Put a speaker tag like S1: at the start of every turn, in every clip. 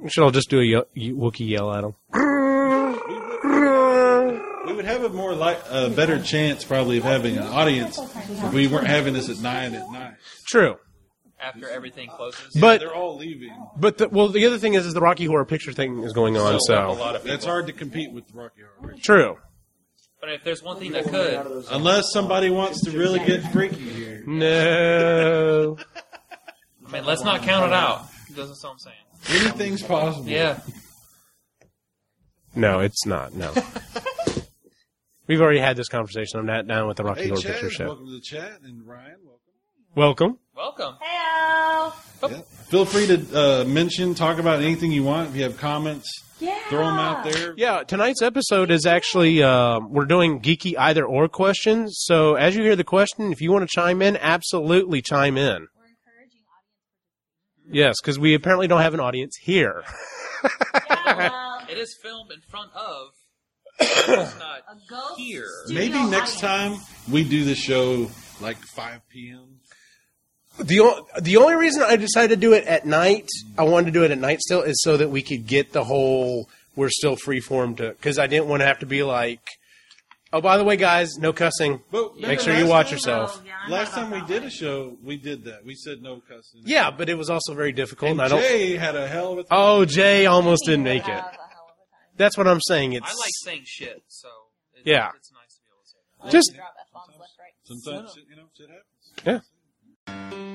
S1: We should all just do a ye- ye- Wookiee yell at him.
S2: We would have a more like a better chance probably of having an audience if we weren't having this at nine at night.
S1: True,
S3: after everything closes.
S1: but
S2: They're all leaving.
S1: but the, well, the other thing is, is the Rocky Horror Picture thing is going on.
S3: a
S1: So
S3: lot of
S2: That's
S3: people.
S2: hard to compete with Rocky Horror. Picture.
S1: true.
S3: But if there's one thing that could,
S2: Unless somebody wants to really get freaky here.
S1: No.
S3: I mean, let's not count it out. That's what I'm saying.
S2: Anything's possible.
S3: Yeah.
S1: No, it's not. No. We've already had this conversation. I'm not down with the Rocky
S2: Hey,
S1: Horror
S2: Chad,
S1: Picture Show.
S2: welcome to the chat, and Ryan, welcome.
S1: Welcome.
S3: Welcome.
S4: Hello.
S1: Oh.
S2: Yeah. Feel free to uh, mention, talk about anything you want. If you have comments,
S4: Yeah.
S2: throw them out there.
S1: Yeah, tonight's episode is actually um, we're doing geeky either or questions. So as you hear the question, if you want to chime in, absolutely chime in.
S4: We're encouraging
S1: Yes, because we apparently don't have an audience here.
S4: audience. Yeah, well,
S3: It is filmed in front of. it's not.
S4: a ghost
S3: Here.
S4: studio
S2: Maybe next
S4: audience.
S2: time we do the show like 5 p.m.
S1: the o- The only reason I decided to do it at night, I wanted to do it at night still, is so that we could get the whole we're still freeform to because I didn't want to have to be like, oh by the way, guys, no cussing.
S2: But
S1: Make
S2: remember
S1: sure you
S2: last
S1: watch
S2: time-
S1: yourself.
S4: Yeah, I'm
S2: Last
S4: not
S2: time we
S4: about
S2: did a
S4: that.
S2: show, we did that. We said no cussing.
S1: Yeah, but it was also very difficult. And I don't.
S2: Jay had a hell of a time.
S1: Oh, Jay almost didn't make it.
S4: That was a hell of a time.
S1: That's what I'm saying.
S3: I
S1: It's
S3: like saying shit, so it,
S1: Yeah.
S3: it's nice to be able to say that.
S1: just
S4: Drop that bombs left, right.
S2: Sometimes, you know, shit happens.
S1: yeah.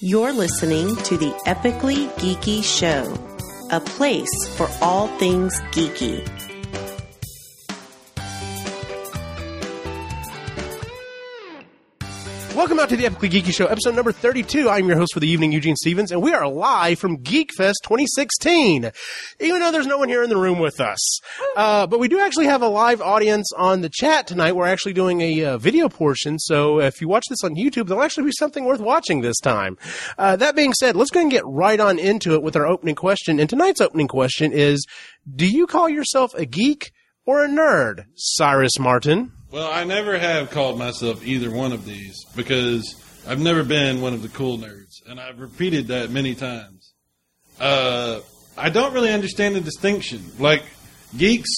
S5: You're listening to the Epically Geeky Show, a place for all things geeky.
S1: Welcome out to the Epically Geeky Show, episode number 32. I'm your host for the evening, Eugene Stevens, and we are live from GeekFest 2016. Even though there's no one here in the room with us. Uh, but we do actually have a live audience on the chat tonight. We're actually doing a uh, video portion, so if you watch this on YouTube, there'll actually be something worth watching this time. Uh, that being said, let's go and get right on into it with our opening question. And tonight's opening question is, do you call yourself a geek or a nerd, Cyrus Martin?
S2: Well, I never have called myself either one of these because I've never been one of the cool nerds, and I've repeated that many times. Uh, I don't really understand the distinction. Like geeks,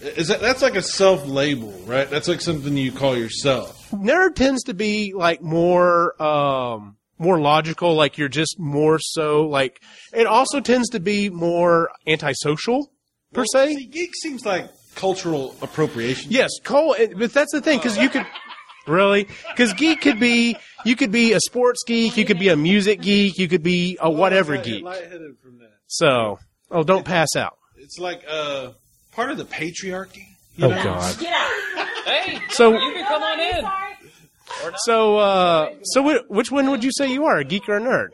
S2: is that that's like a self label, right? That's like something you call yourself.
S1: nerd tends to be like more um more logical like you're just more so like it also tends to be more antisocial per
S2: Well,
S1: se
S2: see, geek seems like cultural appropriation.
S1: yes cole it- but that's the thing because you could really because geek could be you could be a sports geek you could be a music geek you could be a whatever
S2: I got
S1: geek
S2: lightheaded from that.
S1: so oh don't pass out
S2: It's like uh, part of the patriarchy.
S1: Oh,
S2: You know?
S4: Get out.
S3: Hey,
S1: So-
S3: you can come on in.
S1: so uh so whi- which one would you say you are a geek or a nerd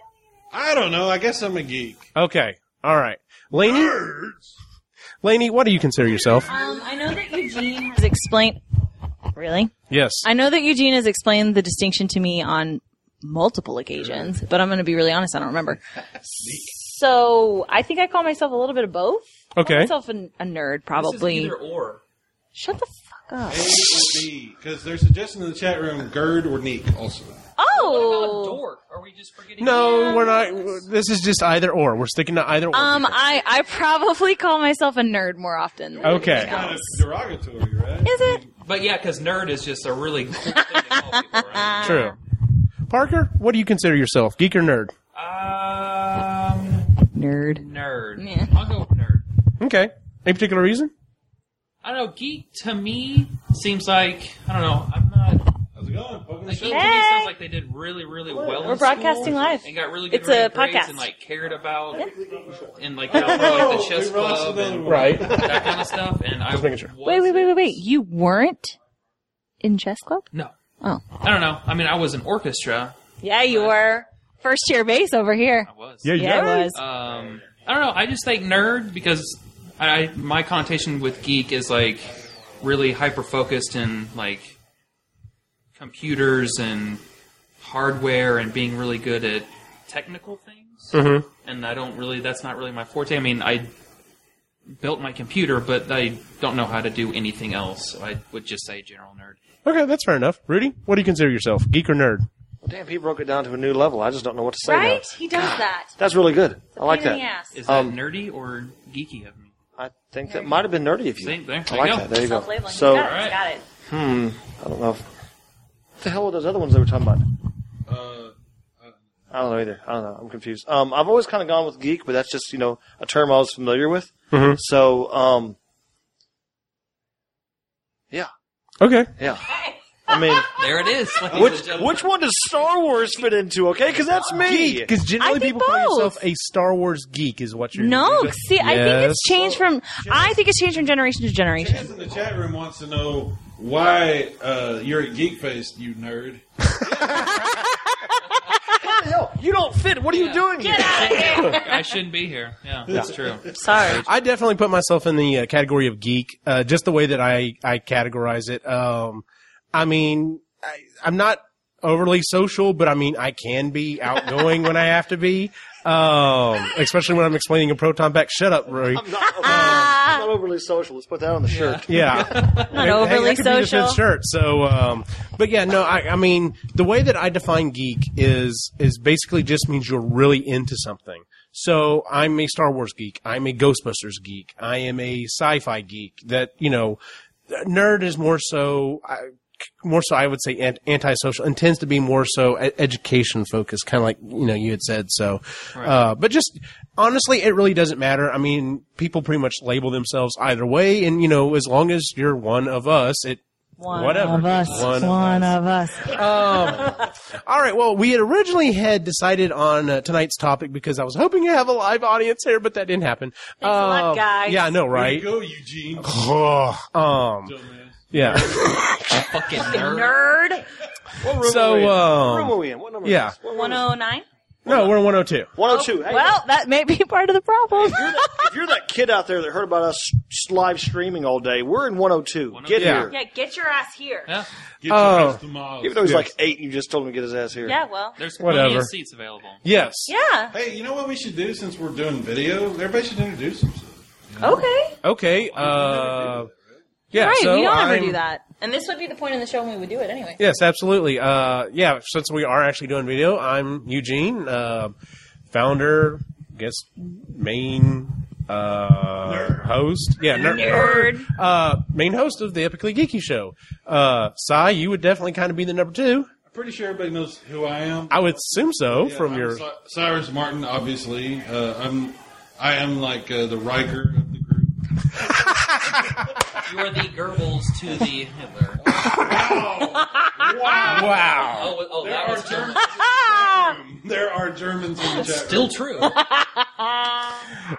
S2: I don't know. I guess I'm a geek.
S1: okay all right laney laney what do you consider yourself
S4: Um, I know that Eugene has explained. Really?
S1: yes
S4: I know that Eugene has explained the distinction to me on multiple occasions, but I'm going to be really honest. I don't remember. So I think I call myself a little bit of both. I call
S1: Okay.
S4: myself a, a nerd, probably.
S3: Either or.
S4: Shut the fuck up.
S2: because they're suggesting in the chat room Gerd or Neek also.
S3: What about
S4: Oh.
S3: dork? Are we just forgetting?
S1: No, we're not. This is just either or. We're sticking to either or.
S4: Um, I I probably call myself a nerd more often. Than
S1: Okay.
S4: anything
S2: Kind of
S4: else.
S2: derogatory, right?
S4: Is it?
S3: But yeah, because nerd is just a really cool thing to call people, right?
S1: True. Parker, what do you consider yourself, geek or nerd?
S3: Um,
S4: Nerd.
S3: nerd.
S4: Yeah.
S3: I'll go with nerd.
S1: Okay. Any particular reason?
S3: I don't know. Geek to me seems like I don't know. I'm not.
S2: How's it going? Poking the
S3: Like,
S2: show?
S3: geek to me sounds like they did really, really well.
S4: We're
S3: in school
S4: broadcasting live.
S3: And got really good
S4: It's a
S3: grade- grades
S4: podcast.
S3: and like cared about and like got from,
S1: Oh,
S3: like the chess
S2: We lost
S3: club
S2: another
S3: and
S2: one.
S3: that kind of stuff. And I
S1: making sure.
S4: Wait, wait, wait, wait, wait. You weren't in chess club?
S3: No,
S4: Oh.
S3: I don't know. I mean, I was in orchestra.
S4: Yeah, you were. First tier base over here.
S3: I was.
S4: Yeah, I was.
S3: Um, I don't know. I just think nerd because I my connotation with geek is like really hyper focused in like computers and hardware and being really good at technical things.
S6: Mm-hmm.
S3: And I don't really. That's not really my forte. I mean, I built my computer, but I don't know how to do anything else. So I would just say general nerd.
S1: Okay, that's fair enough. Rudy, what do you consider yourself, geek or nerd?
S6: Damn, he broke it down to a new level. I just don't know what to say
S4: Right?
S6: now.
S4: He does that.
S6: That's really good.
S4: It's a
S6: I like
S4: pain
S6: that.
S4: In the ass.
S3: Is that
S6: Um,
S3: nerdy or geeky of me?
S6: I think that might have been nerdy of you.
S3: See, there-
S6: I
S3: there
S6: like
S3: you go.
S6: that. There you go.
S4: Self-labeling.
S6: So
S4: he's got it. He's
S3: Alright.
S4: got it.
S6: I don't know. If, what the hell were those other ones they were talking about?
S2: Uh,
S6: I don't know either. I don't know. I'm confused. Um, I've always kind of gone with geek, but that's just you know a term I was familiar with. So, um, yeah,
S1: Okay.
S6: yeah. I mean,
S3: There it is. ladies
S6: which
S3: and gentlemen.
S6: which one does Star Wars fit into? Okay, because that's me.
S1: Geek, because
S4: I
S1: generally
S4: think
S1: people call yourself
S4: both.
S1: a Star Wars geek, is what you're.
S4: No, see, I think
S1: Yes.
S4: it's changed from. I think it's changed from generation to generation.
S2: Chance in the chat room wants to know why uh, you're at Geek Fest, you nerd.
S6: Hell, you don't fit. What are you doing? here?
S3: I shouldn't be here. Yeah, that's true.
S4: Sorry.
S1: I definitely put myself in the uh, category of geek, uh, just the way that I, I categorize it. Um, I mean, I, I'm not overly social, but I mean, I can be outgoing when I have to be. Um, especially when I'm explaining a proton pack. Shut up, Rory.
S6: I'm not, um,
S4: Ah.
S6: I'm not overly social. Let's put that on the shirt.
S1: Yeah.
S4: Not
S1: Hey, hey,
S4: overly
S1: that could be the
S4: social.
S1: fifth shirt. So, um, but yeah, no, I, I mean, the way that I define geek is is basically just means you're really into something. So I'm a Star Wars geek. I'm a Ghostbusters geek. I am a sci-fi geek. That you know, nerd is more so. I, more so, I would say ant- antisocial, and tends to be more so e- education focused, kind of like you know you had said. So, uh, but just honestly, it really doesn't matter. I mean, people pretty much label themselves either way, and you know, as long as you're one of us, it
S4: One
S1: whatever.
S4: of us.
S1: One
S4: One,
S1: of Um,
S4: of us.
S1: all right. Well, we had originally had decided on uh, tonight's topic because I was hoping to have a live audience here, but that didn't happen. Thanks
S4: a lot, guys.
S1: Yeah, I know,
S2: There you
S1: right?
S2: go, Eugene.
S1: um,
S2: Dumbass.
S1: yeah.
S3: Fucking nerd.
S4: Nerd.
S6: What room
S1: So,
S6: are we in?
S1: um,
S6: what room are we in? What number?
S1: yeah.
S6: Is this? What room
S4: One
S6: is
S4: oh nine.
S1: no, we're in 102.
S6: this? 102. Hey,
S4: Well, that may be part of the problem.
S6: if you're that kid out there that heard about us s- live streaming all day, we're in 102.
S3: 102.
S6: Get here.
S4: yeah, get your ass here.
S3: Yeah,
S2: Get your
S1: Oh.
S2: ass to Mars.
S6: Even though he's
S1: Yes.
S6: like eight, and you just told him to get his ass here.
S4: Yeah. Well.
S3: there's plenty
S1: Whatever.
S3: of seats available.
S1: Yes.
S4: Yeah.
S2: Hey, you know what we should do since we're doing video? Everybody should introduce themselves.
S4: Okay.
S1: Okay. Uh, yeah.
S4: right.
S1: so
S4: we don't ever
S1: I'm-
S4: do that. And this would be the point in the show when we would do it anyway.
S1: Yes, absolutely. Uh, yeah, since we are actually doing video, I'm Eugene, uh, founder, guess main uh, host. Yeah, ner-
S4: Nerd.
S1: Uh, main host of the Epically Geeky Show. Uh, Sai, you would definitely kind of be the number two.
S2: I'm pretty sure everybody knows who I am.
S1: I would assume so
S2: Yeah,
S1: from
S2: I'm
S1: your.
S2: Cy- Cyrus Martin, obviously. Uh, I'm I am like uh, the Riker of the group.
S3: You are the Goebbels to the Hitler.
S1: Wow.
S3: Oh, oh,
S2: There
S3: that
S2: are
S3: was
S2: Germans. there are Germans in the chat.
S3: still true.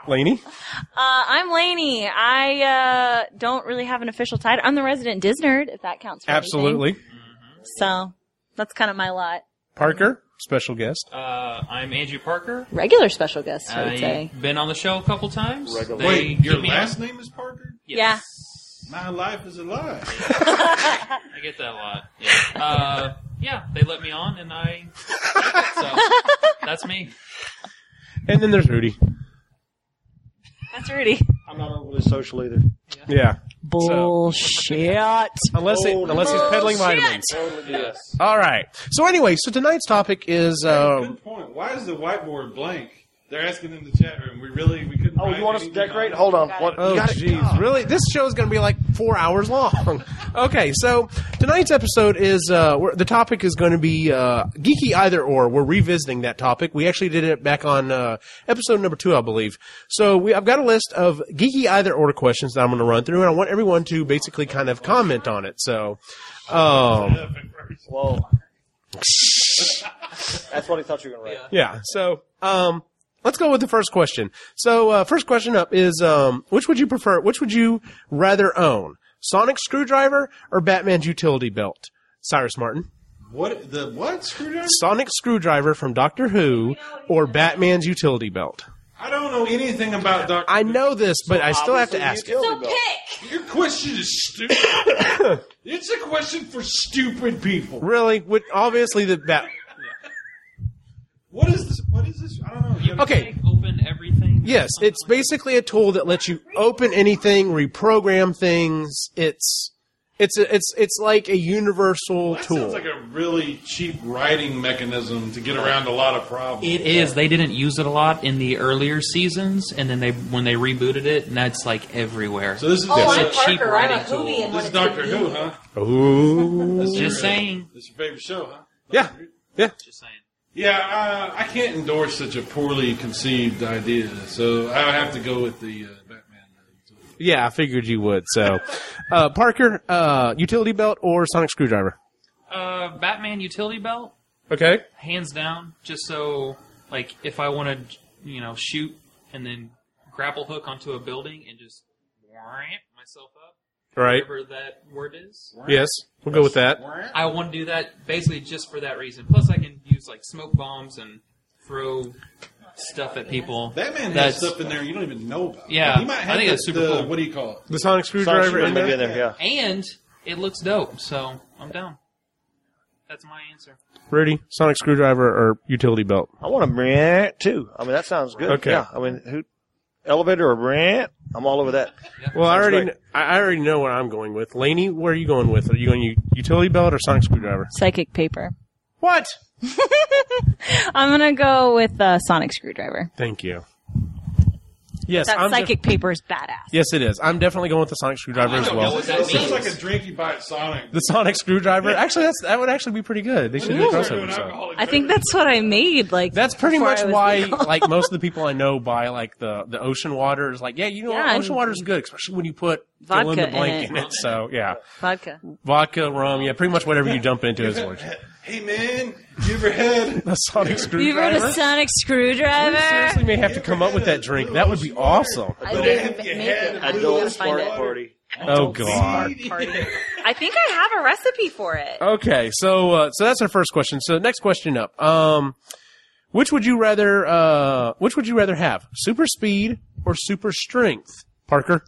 S1: Laney?
S4: Uh, I'm Lainey. I uh, don't really have an official title. I'm the resident Disnerd, if that counts. For anything.
S1: Absolutely.
S4: So that's kind of my lot.
S1: Parker, special guest.
S3: Uh, I'm Andrew Parker.
S4: Regular special guest, I would say.
S3: I've been on the show a couple times.
S6: Regular.
S3: They
S2: Wait,
S3: get
S2: your
S3: me
S2: last
S3: on-
S2: name is Parker?
S3: Yes.
S2: My life is a lie.
S3: I get that a lot. Yeah. Uh, yeah, they let me on, and I. So that's me.
S1: And then there's Rudy.
S4: That's Rudy.
S6: I'm not overly social either.
S1: Yeah.
S4: Bullshit.
S1: Unless, it, unless he's peddling
S4: Oh,
S1: vitamins.
S6: Yes.
S1: All right. So, anyway, so tonight's topic is. Um,
S2: Good point. Why is the whiteboard blank? They're asking in the chat room. We really we couldn't.
S6: Oh,
S2: write
S6: you want us to
S2: anything
S6: decorate?
S2: on it.
S6: Hold on. What?
S1: Oh,
S6: you got it?
S1: jeez. Really? This show is going to be like four hours long. okay, so tonight's episode is uh, we're, the topic is going to be uh, geeky either or. We're revisiting that topic. We actually did it back on uh, episode number two, I believe. So we, I've got a list of geeky either or questions that I'm going to run through, and I want everyone to basically kind of comment on it. So, um,
S6: Whoa. That's what he thought you were going to write.
S1: Yeah. So, um, let's go with the first question. So, uh, first question up is, um, which would you prefer? Which would you rather own? Sonic screwdriver or Batman's utility belt? Cyrus Martin.
S2: What the what screwdriver?
S1: Sonic screwdriver from Doctor Who or Batman's utility belt?
S2: I don't know anything about Doctor.
S1: I know this, but I still have to ask it.
S6: So
S4: Pick.
S2: Your question is stupid. it's a question for stupid people.
S1: Really? Would, obviously the bat.
S2: What is this? What is this? I don't know. You gotta-
S1: Okay.
S3: Open everything.
S1: Yes, it's basically a tool that lets you open anything, reprogram things. It's It's a, it's it's like a universal
S2: That
S1: tool.
S2: sounds like a really cheap writing mechanism to get around a lot of problems.
S3: It is. They didn't use it a lot in the earlier seasons, and then they when they rebooted it, and that's like everywhere.
S2: So this is
S7: Oh,
S2: this
S7: I'm
S3: It's a cheap
S7: Parker. I'm a
S3: writing tool.
S7: Hootie and
S2: is
S7: wanted to
S2: Doctor
S7: be-
S2: Who, huh?
S1: Ooh.
S2: That's
S3: Just saying.
S2: That's your favorite show, huh?
S1: yeah. Yeah.
S3: Just saying.
S2: Yeah, uh, I can't endorse such a poorly conceived idea, so I would have to go with the uh, Batman. tool.
S1: Yeah, I figured you would. So, uh, Parker, uh, utility belt or sonic screwdriver?
S3: Uh, Batman utility belt,
S1: Okay.
S3: hands down. Just so, like, if I want to, you know, shoot and then grapple hook onto a building and just ramp myself up,
S1: Right.
S3: whatever that word is.
S1: Yes. We'll go with that.
S3: I want to do that basically just for that reason. Plus, I can use like smoke bombs and throw stuff at people.
S2: Batman
S3: That's-
S2: has stuff in there you don't even know about.
S3: Yeah,
S2: he might
S3: I
S2: have
S3: think
S2: the,
S3: that's super
S2: the-
S3: cool.
S2: What do you call it?
S1: The sonic
S6: Sorry,
S1: screwdriver
S6: she
S1: in
S6: might be
S1: there?
S6: in there. Yeah.
S3: and it looks dope. So I'm down. That's my answer.
S1: Rudy, sonic screwdriver or utility belt?
S6: I want a brant too. I mean, that sounds good.
S1: Okay.
S6: Yeah. I mean, who, elevator or brant? I'm all over that.
S1: Well, I already,
S6: great.
S1: I I already know what I'm going with. Laney, where are you going with? Are you going u- utility belt or sonic screwdriver?
S4: Psychic paper.
S1: What?
S4: I'm gonna go with uh, sonic screwdriver.
S1: Thank you. Yes,
S4: That
S1: I'm def-
S4: psychic paper is badass.
S1: yes, it is. I'm definitely going with the sonic screwdriver as well.
S3: what that
S2: It sounds
S3: means.
S2: like a drink you buy at Sonic.
S1: The sonic screwdriver. Actually, that's that would actually be pretty good. They should do a crossover. so.
S4: I think that's what I made. Like
S1: That's pretty
S4: before
S1: much
S4: I was
S1: why,
S4: legal.
S1: like most of the people I know buy like the the ocean water is like, yeah, you know,
S4: Yeah,
S1: ocean
S4: and-
S1: water is good, especially when you put fill in
S4: Vodka
S1: the blank
S4: in
S1: in it. So yeah,
S4: vodka.
S1: vodka, rum, yeah, pretty much whatever you jump into is works.
S2: Hey man, you ever had?
S1: A sonic
S4: You wrote
S1: screwdriver.
S4: a sonic
S1: we seriously
S4: screwdriver.
S1: may have to come up with that drink. That would be awesome.
S4: I
S2: But
S4: didn't
S2: if you
S4: make
S2: had
S4: it.
S2: a little
S4: I'm gonna
S6: Adult
S4: find
S6: smart
S4: it.
S6: party.
S1: Oh god.
S4: I think I have a recipe for it.
S1: Okay, so uh, so that's our first question. So next question up. Um, which would you rather? Uh, which would you rather have? Super speed or super strength, Parker?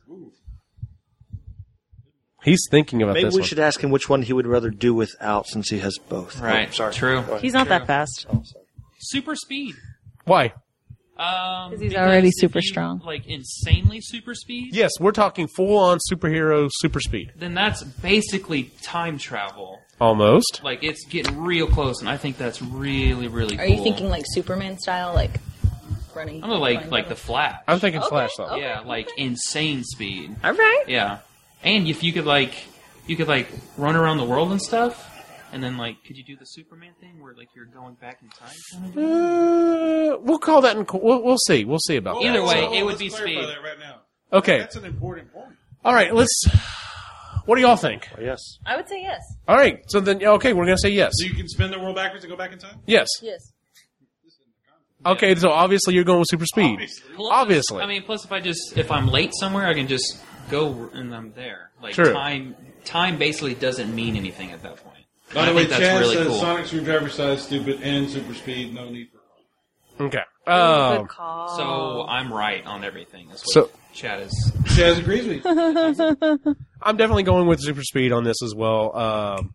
S1: He's thinking about
S6: Maybe
S1: this
S6: we
S1: one.
S6: should ask him which one he would rather do without, since he has both.
S3: Right.
S6: Oh, sorry.
S3: True.
S6: Go ahead.
S4: He's not that fast.
S3: Super speed.
S1: Why?
S3: Um,
S4: 'Cause he's
S3: because
S4: already
S3: if
S4: super
S3: you,
S4: strong.
S3: Like insanely super speed.
S1: Yes, we're talking full on superhero super speed.
S3: Then that's basically time travel.
S1: Almost.
S3: Like it's getting real close, and I think that's really, really.
S4: Are
S3: cool.
S4: you thinking like Superman style, like running?
S3: I'm gonna like like the Flash.
S1: I'm thinking Flash though.
S4: okay.
S3: yeah, like insane speed.
S4: All right.
S3: Yeah, and if you could like, you could like run around the world and stuff, and then like, could you do the Superman thing where like you're going back in time? kind of deal?
S1: Uh, we'll call that. In, we'll, we'll see. We'll see about
S3: Either
S1: that.
S3: way,
S2: So
S3: it
S2: let's
S3: would be
S2: clarify
S3: speed.
S2: that right now.
S1: Okay.
S2: That's an important point.
S1: All right. Let's. What do y'all think?
S6: Yes.
S4: I would say yes.
S1: All right. So then, okay, we're gonna say yes.
S2: So you can spin the world backwards and go back in time.
S1: Yes.
S4: Yes.
S1: Okay. So obviously you're going with super speed.
S3: Plus-
S1: Obviously.
S3: I mean, plus if I just if I'm late somewhere, I can just go and I'm there. Like
S1: True.
S3: time, time basically doesn't mean anything at that point.
S2: By
S3: And
S2: the
S3: I
S2: way,
S3: think that's
S2: Chad
S3: really
S2: says
S3: cool.
S2: Sonic screwdriver size stupid and super speed. No need for.
S1: Okay.
S4: Good
S1: Um,
S4: call.
S3: so I'm right on everything. That's what
S1: So-
S3: Chad is.
S2: Chaz agrees with you.
S1: I'm definitely going with super speed on this as well. Um,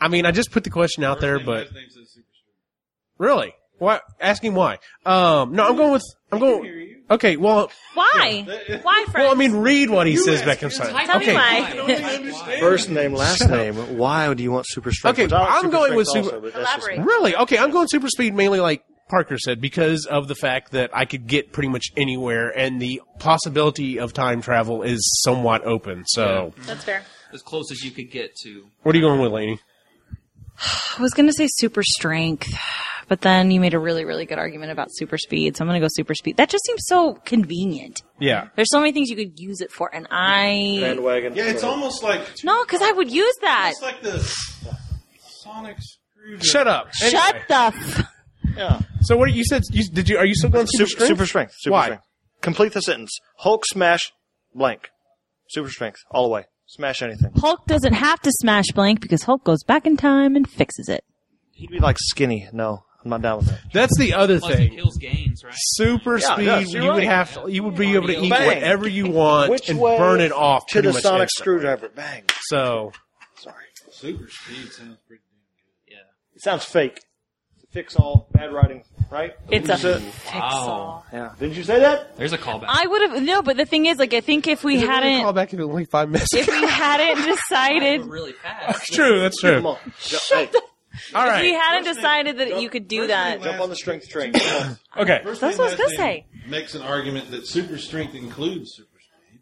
S1: I mean, I just put the question out there, but
S2: Last name says super speed.
S1: really, why? Asking why? Um, no, I'm going with. I'm going. Okay. Well,
S4: Why? Why, Frank?
S1: well, I mean, read what he says
S2: ask
S1: back
S2: him.
S1: inside.
S4: Tell me
S1: okay.
S4: why.
S6: First name, last name. Why do you want super strength?
S1: Okay,
S6: Which I like
S1: I'm
S6: super
S1: going with
S6: strength
S1: super-
S6: but that's just-
S4: Elaborate.
S1: Really? Okay, I'm going super speed mainly like Parker said because of the fact that I could get pretty much anywhere and the possibility of time travel is somewhat open. So,
S4: That's fair.
S3: As close as you could get to.
S1: what are you going with, Laney?
S4: I was gonna say super strength, but then you made a really, really good argument about super speed, so I'm gonna go super speed. That just seems so convenient.
S1: Yeah.
S4: There's so many things you could use it for, and I
S6: Bandwagon.
S2: Yeah, it's
S6: Sorry.
S2: almost like
S4: no, because I would use that.
S2: it's like the Sonic screwdriver.
S1: Shut up.
S4: Shut the. F-
S6: Yeah.
S1: So what are you said? You, did you? Are you still going super,
S6: Super,
S1: strength?
S6: super strength. Super
S1: Why?
S6: strength. Complete the sentence. Hulk smash blank. Super strength. All the way. Smash anything.
S4: Hulk doesn't have to smash blank because Hulk goes back in time and fixes it.
S6: He'd be like skinny. No, I'm not down with that.
S1: That's the other
S3: Plus, it
S1: thing.
S3: kills gains, right?
S1: Super
S6: Yeah,
S1: speed.
S6: yes,
S1: you
S6: you're
S1: would
S6: right.
S1: have. To, you would be able to eat
S6: Bang.
S1: whatever you want and burn it off
S6: to
S1: pretty
S6: the
S1: much
S6: sonic
S1: instantly.
S6: screwdriver. Bang.
S1: So
S6: Sorry.
S2: Super speed sounds pretty.
S6: It sounds fake. fix all bad writing, right?
S4: It's a
S6: Didn't you say-
S4: fix-all.
S6: yeah. Didn't you say that?
S3: There's a callback.
S4: I would have no, but the thing is, like, I think if we
S1: Call
S4: hadn't,
S1: back in only five minutes.
S4: if we hadn't decided,
S3: But really fast.
S1: true. That's
S6: Come
S1: true.
S6: on, Ju- hey,
S1: All
S4: if we
S1: right.
S4: hadn't decided that you could do that.
S6: jump on the strength train. Come on.
S1: Okay.
S2: First
S4: That's
S2: name,
S4: what I was
S2: last
S4: gonna
S2: name Makes an argument that super strength includes super speed.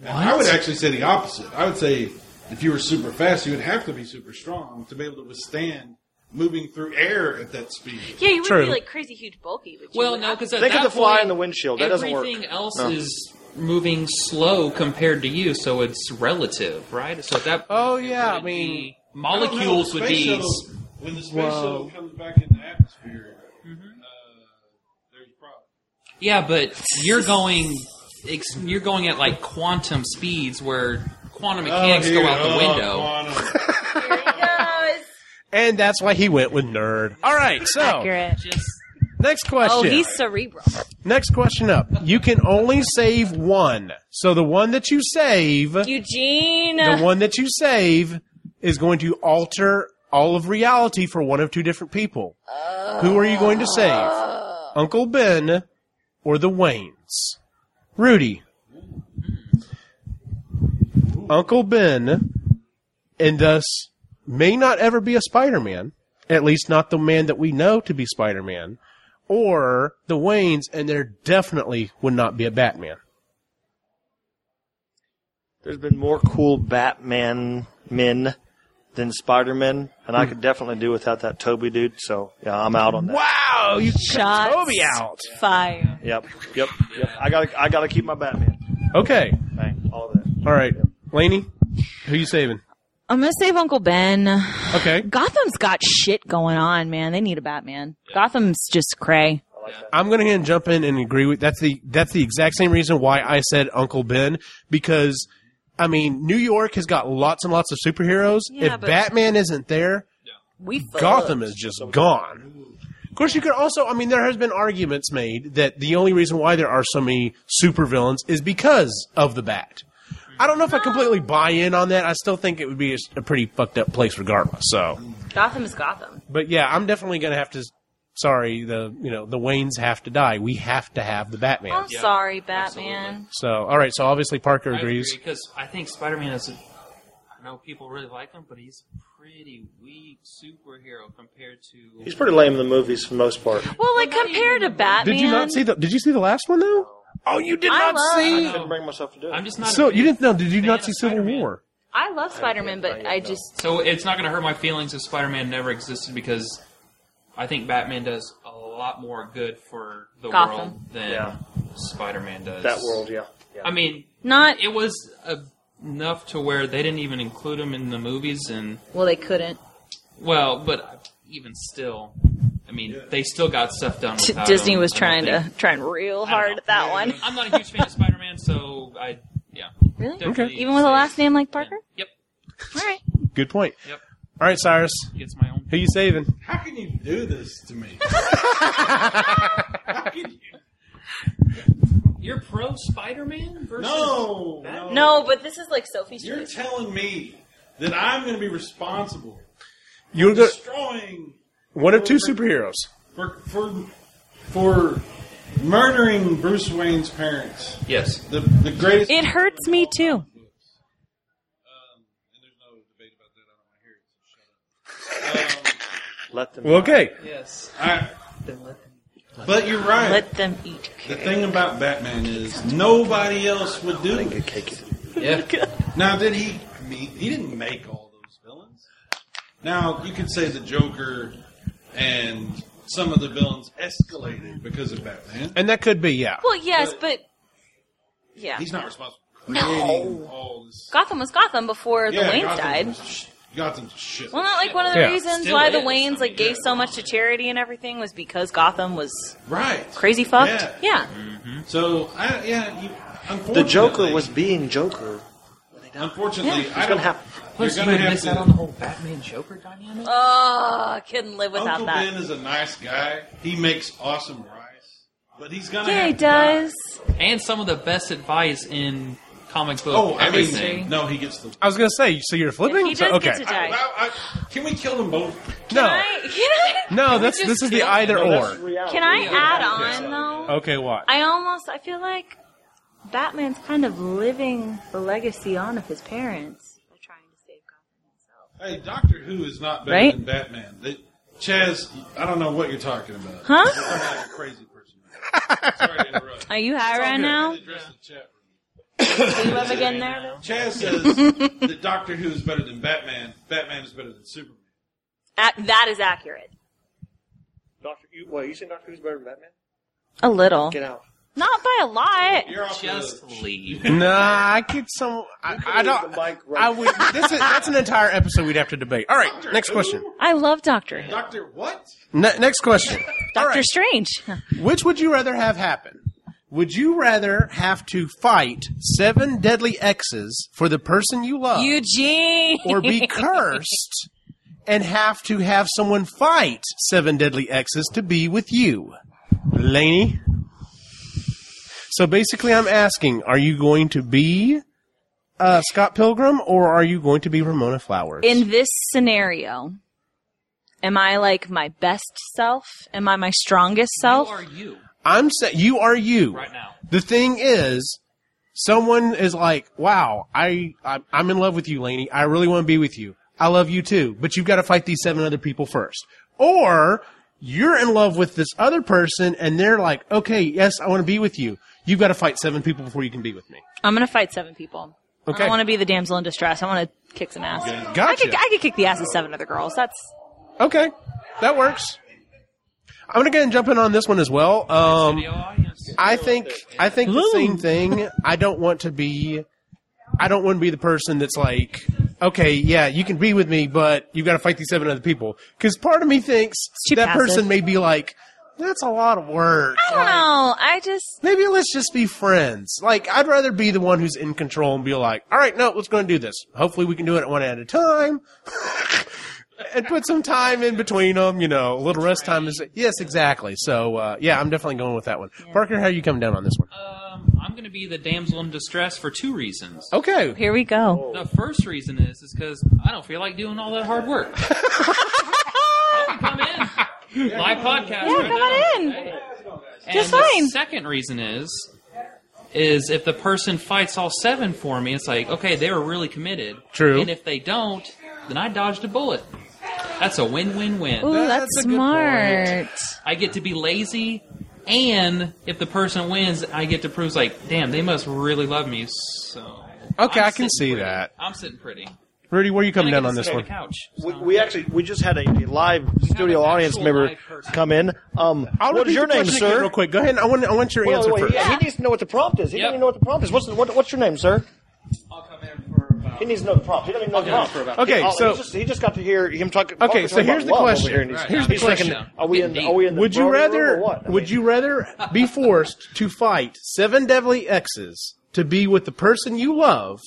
S2: And I would actually say the opposite. I would say if you were super fast, you would have to be super strong to be able to withstand moving through air at that speed.
S4: Yeah, you
S1: True.
S4: wouldn't be like crazy huge bulky. Would you?
S3: Well, no, because
S6: Think of the fly in the windshield. That doesn't work.
S3: everything else is moving slow compared to you, so it's relative, right? So at that.
S1: Oh,
S3: point, it
S1: yeah, I
S3: would
S1: mean-
S3: be-
S2: Uh, I don't know,
S3: molecules would
S2: space
S3: be.
S2: shuttle- when the space
S1: Whoa.
S2: shuttle comes back in the atmosphere.
S3: Mm-hmm.
S2: Uh, there's a problem.
S3: Yeah, but you're going. ex- You're going at like quantum speeds where quantum mechanics
S2: here-
S3: go out the
S2: oh,
S3: window.
S2: quantum.
S1: And that's why he went with nerd. All right. So
S4: accurate.
S3: Just
S1: next question.
S4: Oh, he's cerebral.
S1: Next question up. You can only save one. So the one that you save, the
S4: Eugene.
S1: one that you save is going to alter all of reality for one of two different people. Who are you going to save? Uncle Ben or the Waynes? Rudy. Uncle Ben and thus may not ever be a Spider-Man, at least not the man that we know to be Spider-Man or the Waynes, and there definitely would not be a Batman.
S6: There's been more cool Batman men than Spider Men, and I could definitely do without that Toby dude. So yeah, I'm out on that.
S1: Wow, you
S4: Shots
S1: Toby out.
S4: Fire.
S6: Yep, yep, yep. I gotta, I gotta keep my Batman.
S1: Okay,
S6: Bang, all of that.
S1: all right, Laney, who you saving?
S4: I'm gonna save Uncle Ben.
S1: Okay,
S4: Gotham's got shit going on, man. They need a Batman. Gotham's just cray.
S1: I'm going to jump in and agree with that's the that's the exact same reason why I said Uncle Ben because I mean New York has got lots and lots of superheroes.
S4: Yeah,
S1: if
S4: but-
S1: Batman isn't there,
S4: We fucked.
S1: Gotham is just gone. Of course, you could also. I mean, there has been arguments made that the only reason why there are so many supervillains is because of the Bat. I don't know if I completely buy in on that. I still think it would be a, a pretty fucked up place, regardless. So,
S4: Gotham is Gotham.
S1: but yeah, I'm definitely gonna have to. Sorry, the you know the Waynes have to die. We have to have the Batman.
S4: I'm sorry, Batman.
S1: So, all right. So obviously Parker agrees.
S3: because I think Spider-Man is. A, I know people really like him, but he's a pretty weak superhero compared to.
S6: He's pretty lame in the movies for the most part.
S4: Well, like compared to Batman,
S1: Did you not see the? Did you see the last one though? Oh, you did
S4: I
S1: not
S4: love-
S1: see.
S6: I couldn't bring myself to do it.
S3: I'm just not. a
S1: So you
S3: big
S1: didn't know? Did you
S3: fan
S1: not
S3: of
S1: see Civil
S3: Spider-Man.
S1: War?
S4: I love Spider-Man, but I just
S3: So it's not going to hurt my feelings if Spider-Man never existed because I think Batman does a lot more good for the
S4: Gotham.
S3: world than
S6: Yeah.
S3: Spider-Man does.
S6: that world, yeah. yeah.
S3: I mean,
S4: not.
S3: it was uh, enough to where they didn't even include him in the movies, and
S4: Well, they couldn't
S3: well, but even still, I mean, they still got stuff done.
S4: T-
S3: Without
S4: Disney
S3: him. I
S4: was
S3: don't
S4: trying
S3: think-
S4: to trying
S3: I
S4: real
S3: don't
S4: hard
S3: know.
S4: at that one.
S3: I'm not a huge fan of Spider-Man, so I yeah.
S4: Really?
S3: Definitely
S4: Even with a
S3: say-
S4: last name like Parker?
S3: Yep.
S4: All right.
S1: Good point.
S3: Yep.
S1: All right, Cyrus.
S3: Gets my own.
S1: Who you saving?
S2: How can you do this to me? How can you?
S3: You're pro Spider-Man versus
S2: No, no.
S4: No, but this is like Sophie's
S2: You're
S4: choice.
S2: telling me that I'm going to be responsible
S1: You're
S2: for
S1: the,
S2: destroying
S1: one of two superheroes.
S2: for for for murdering Bruce Wayne's parents.
S3: Yes.
S2: The the greatest. Um,
S4: It hurts me too.
S2: And there's no debate about that. I don't want to hear it. so shut up.
S6: Let them.
S1: Well, okay.
S3: Yes.
S2: Um, I- but you're right.
S4: Let them eat.
S2: the thing about Batman is nobody else would do it.
S3: Yeah.
S2: Now, did he? I mean, he didn't make all those villains. Now you could say the Joker and some of the villains escalated because of Batman.
S1: And that could be, yeah.
S4: Well, yes, but yeah,
S2: He's not responsible. for creating All this.
S4: Gotham was Gotham before the
S2: Yeah,
S4: Waynes
S2: Gotham
S4: died.
S2: was sh- Gotham's shit.
S4: Well, not like one of the
S1: Yeah.
S4: reasons
S3: Still
S4: why the
S3: is.
S4: Waynes like gave so much to charity and everything was because Gotham was
S2: right.
S4: crazy fucked.
S2: Yeah.
S4: Yeah,
S2: So I yeah. You, unfortunately,
S6: The Joker was being Joker.
S2: Unfortunately, I
S6: gonna
S2: don't.
S6: happen.
S3: Plus,
S2: you're
S3: you
S2: gonna
S3: would
S2: have
S3: miss
S2: to.
S3: out on the whole Batman Joker dynamic.
S4: oh, I couldn't live without
S2: Uncle
S4: that.
S2: Ben is a nice guy. He makes awesome rice, but he's gonna.
S4: yeah,
S2: have
S4: he
S2: to die.
S4: does.
S3: And some of the best advice in comic book
S2: Oh, I
S3: everything.
S2: mean, no, he gets the.
S1: I was going to say, so you're flipping?
S4: He
S1: So-
S4: does
S1: okay.
S4: get to die.
S2: Well, I, can we kill them both?
S1: no.
S4: Right? You know,
S1: No, that's
S4: just
S1: this is the
S4: kill
S1: either or.
S4: Can I add on though?
S1: okay, what?
S4: I almost I feel like Batman's kind of living the legacy on of his parents by trying to save Gotham himself.
S2: Hey, Doctor Who is not better
S4: Right?
S2: than Batman. They, Chaz, I don't know what you're talking about.
S4: Huh?
S2: I'm not a crazy person. Sorry to interrupt.
S4: Are you high right now?
S2: Address the chat room.
S4: Do you have a good narrative?
S2: Chaz says that Doctor Who is better than Batman. Batman is better than Superman.
S4: A- that is accurate.
S6: Doctor, you, well, you saying Doctor Who's better than Batman?
S4: A little.
S6: Get out.
S4: Not by a lot.
S2: You're off
S3: Just
S2: the
S3: leave.
S1: Nah, I get some. I, I don't.
S6: the mic right-
S1: I would. This is, that's an entire episode we'd have to debate. All right, next question.
S4: I love Doctor Who.
S2: Doctor what?
S1: Ne- next question. All
S4: Doctor
S1: right,
S4: Strange.
S1: which would you rather have happen? Would you rather have to fight seven deadly exes for the person you love,
S4: Eugene.
S1: or be cursed and have to have someone fight seven deadly exes to be with you, Laney? So basically, I'm asking: Are you going to be uh, Scott Pilgrim, or are you going to be Ramona Flowers?
S4: in this scenario, am I like my best self? Am I my strongest
S3: Who
S4: self?
S3: are you
S1: I'm saying you are you.
S3: right now?
S1: The thing is, someone is like, "Wow, I, I I'm in love with you, Lainey. I really want to be with you. I love you too, but you've got to fight these seven other people first. Or you're in love with this other person, and they're like, "Okay, yes, I want to be with you. You've got to fight seven people before you can be with me."
S4: I'm gonna fight seven people. I
S1: Okay.
S4: don't want to be the damsel in distress. I want to kick some ass. I
S1: Gotcha.
S4: could, I could kick the ass of seven other girls. That's
S1: Okay, that works. I'm gonna go ahead and jump in on this one as well. Um,
S3: Video audience.
S1: I think I think the
S4: Ooh.
S1: same thing. I don't want to be I don't want to be the person that's like, okay, yeah, you can be with me, but you've got to fight these seven other people. Because part of me thinks
S4: too
S1: that
S4: passive.
S1: person may be like, that's a lot of work.
S4: I don't know. I just
S1: Maybe let's just be friends. Like, I'd rather be the one who's in control and be like, all right, no, let's go and do this. Hopefully we can do it one at a time. and put some time in between them, you know, a little rest time. Is, yes, exactly. So, uh, yeah, I'm definitely going with that one. Parker, how you coming down on this one?
S3: Um, I'm going to be the damsel in distress for two reasons.
S1: Okay.
S4: here we go.
S3: The first reason is is because I don't feel like doing all that hard work. come in. Live podcast.
S4: Yeah,
S3: right
S4: come
S3: now.
S4: on in.
S3: Hey.
S4: Just
S3: and
S4: fine.
S3: The second reason is is if the person fights all seven for me, it's like okay, they were really committed.
S1: True.
S3: And if they don't, then I dodged a bullet. That's a win-win-win.
S4: Ooh, that's,
S1: Oh, That's a good
S4: smart.
S3: I get to be lazy, and if the person wins, I get to prove like, damn, they must really love me. So
S1: Okay,
S3: I'm
S1: I can
S3: sitting
S1: see
S3: pretty.
S1: that.
S3: I'm sitting pretty.
S1: Rudy, where you coming
S3: And I
S1: down
S3: get
S1: on
S3: to
S1: this
S3: sit
S1: one?
S3: The couch.
S6: We,
S3: so-
S6: we actually we just had a live studio
S3: an
S6: audience
S3: actual
S6: member
S3: live person.
S6: come in. Um,
S1: I'll
S6: what
S1: repeat
S6: is your
S1: the
S6: name,
S1: question again
S6: sir?
S1: Real quick, go ahead. and I want, I want your
S6: Wait,
S1: answer
S6: wait,
S1: first.
S6: he- He needs to know what the prompt is. He
S3: Yep.
S6: doesn't even know what the prompt is. What's, the, what, what's your name, sir?
S3: I'll come in for about.
S6: He needs to know the prompt. He doesn't even know the
S3: Okay.
S6: prompt.
S1: Okay,
S6: Oh,
S1: so-
S6: he just, he just got to hear him talk.
S1: Okay, so here's the question.
S3: Here's the question.
S6: Thinking, are we in? Are we in the
S1: Would you
S6: Brody room
S1: rather?
S6: Or what? I
S1: would
S6: mean,
S1: you rather be forced to fight seven deadly exes to be with the person you love,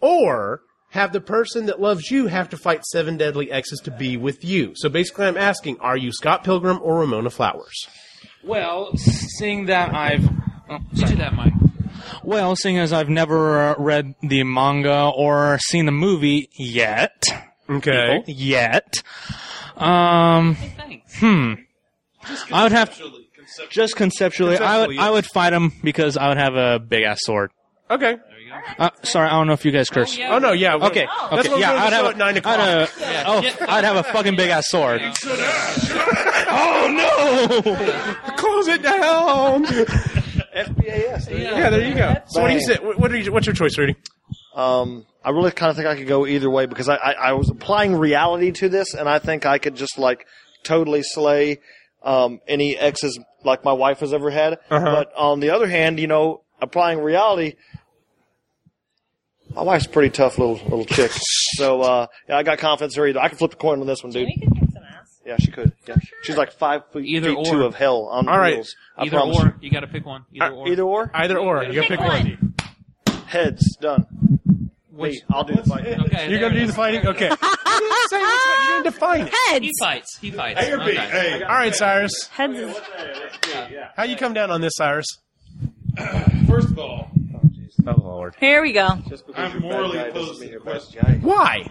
S1: or have the person that loves you have to fight seven deadly exes to be with you? So basically, I'm asking: Are you Scott Pilgrim or Ramona Flowers?
S7: Well, seeing that I've oh,
S3: You do
S7: sorry.
S3: that, Mike.
S7: well, seeing as I've never uh, read the manga or seen the movie yet,
S1: Okay.
S7: yet, um,
S3: Hey, thanks.
S7: I would have
S2: Conceptually, conceptually.
S7: just conceptually, I
S1: Conceptually,
S7: would I would fight him because I would have a big ass sword.
S1: Okay.
S7: Uh, sorry, I don't know if you guys curse.
S3: yeah.
S1: Oh no, yeah. we-
S7: Okay,
S1: That's
S7: okay,
S1: what
S7: yeah,
S1: yeah,
S7: I'd have, a-
S1: at nine o'clock.
S7: I'd have a-
S3: Yeah.
S7: oh,
S3: Yeah.
S7: I'd have a fucking big ass sword. Oh no!
S1: Close it down.
S6: FBAS. there you
S1: yeah, there you go. So what do you say? What are you, what's your choice, Rudy?
S6: Um, I really kind of think I could go either way because I, I, I was applying reality to this, and I think I could just like totally slay um, any exes like my wife has ever had.
S3: Uh-huh.
S6: But on the other hand, you know, applying reality, my wife's a pretty tough little little chick. so uh, yeah, I got confidence in her either. I can flip the coin on this one, dude.
S4: We could kick some ass.
S6: Yeah, she could. Yeah. She's like five feet,
S3: Either
S6: feet
S3: or.
S6: two of hell on
S1: All right.
S6: wheels. I
S3: Either
S6: promise.
S3: or,
S6: you.
S3: you got to pick one. Either or.
S6: Uh, Either or.
S1: Either or. You gotta pick
S4: Pick
S1: one.
S4: one.
S6: Heads done.
S3: Which-
S6: Me, I'll do the fight.
S3: Okay,
S1: You're gonna do the fighting. Okay. you didn't say which one. You didn't define it.
S4: Heads.
S3: He fights. He fights.
S2: A or B?
S3: Okay.
S2: Hey,
S1: All right, Cyrus.
S4: Heads. is-
S1: How you come down on this, Cyrus?
S2: first of all,
S1: Oh Lord.
S4: Here we go.
S2: I'm morally opposed to the question
S1: Why?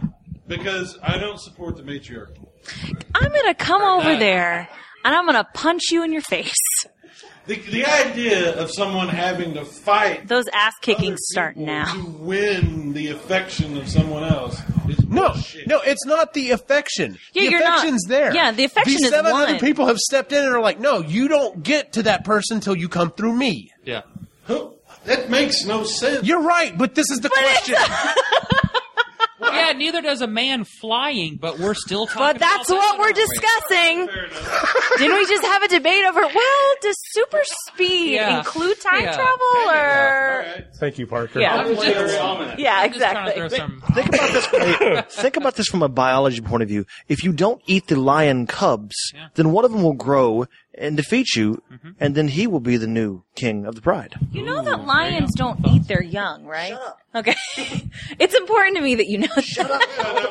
S2: because I don't support the matriarchy.
S4: I'm gonna come over there and I'm gonna punch you in your face.
S2: The, the idea of someone having to fight
S4: Those ass
S2: other
S4: kickings start
S2: people
S4: now.
S2: to win the affection of someone else is
S1: No,
S2: bullshit.
S1: no, it's not the affection.
S4: Yeah,
S1: the
S4: you're not-
S1: affection's there.
S4: yeah, the affection
S1: These
S4: is
S1: seven
S4: one.
S1: other people have stepped in and are like, no, you don't get to that person until you come through me.
S3: Yeah.
S2: Who- that makes no sense.
S1: You're right, but this is the question.
S3: Yeah, neither does a man flying, but we're still talking
S4: But that's
S3: about that,
S4: what we're
S3: aren't we?
S4: discussing.
S2: Fair enough.
S4: Didn't we just have a debate over? Well, does super speed
S3: Yeah.
S4: include time
S3: Yeah.
S4: travel
S2: All
S4: or?
S2: right.
S1: Thank you, Parker.
S4: Yeah,
S3: I'm just,
S4: yeah,
S3: I'm just trying to throw
S4: exactly.
S3: some.
S6: Think about this. hey, think about this from a biology point of view. If you don't eat the lion cubs, then one of them will grow and defeat you, and then he will be the new king of the pride.
S4: You know that lions don't eat their young, right? Okay, it's important to me that you know. Shut up.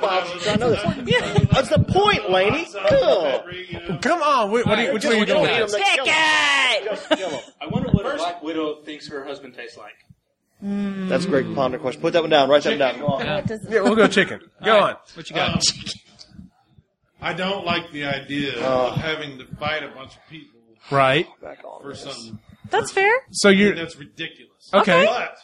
S6: That's the point, Laney.
S1: Come on, wait, what are you, which way are you going?
S3: don't
S4: Pick it.
S8: I wonder what a black widow thinks her husband tastes like.
S6: That's a great ponder question. Put that one down. Write that down. Go on.
S1: Yeah, we'll go chicken. Go on.
S3: What you got?
S1: Um,
S2: I don't like the idea
S1: Uh.
S2: of having to fight a bunch of people
S1: Right.
S6: Back on
S2: for
S6: this.
S2: something.
S4: That's fair.
S1: So you're
S2: That's ridiculous.
S1: okay.
S2: But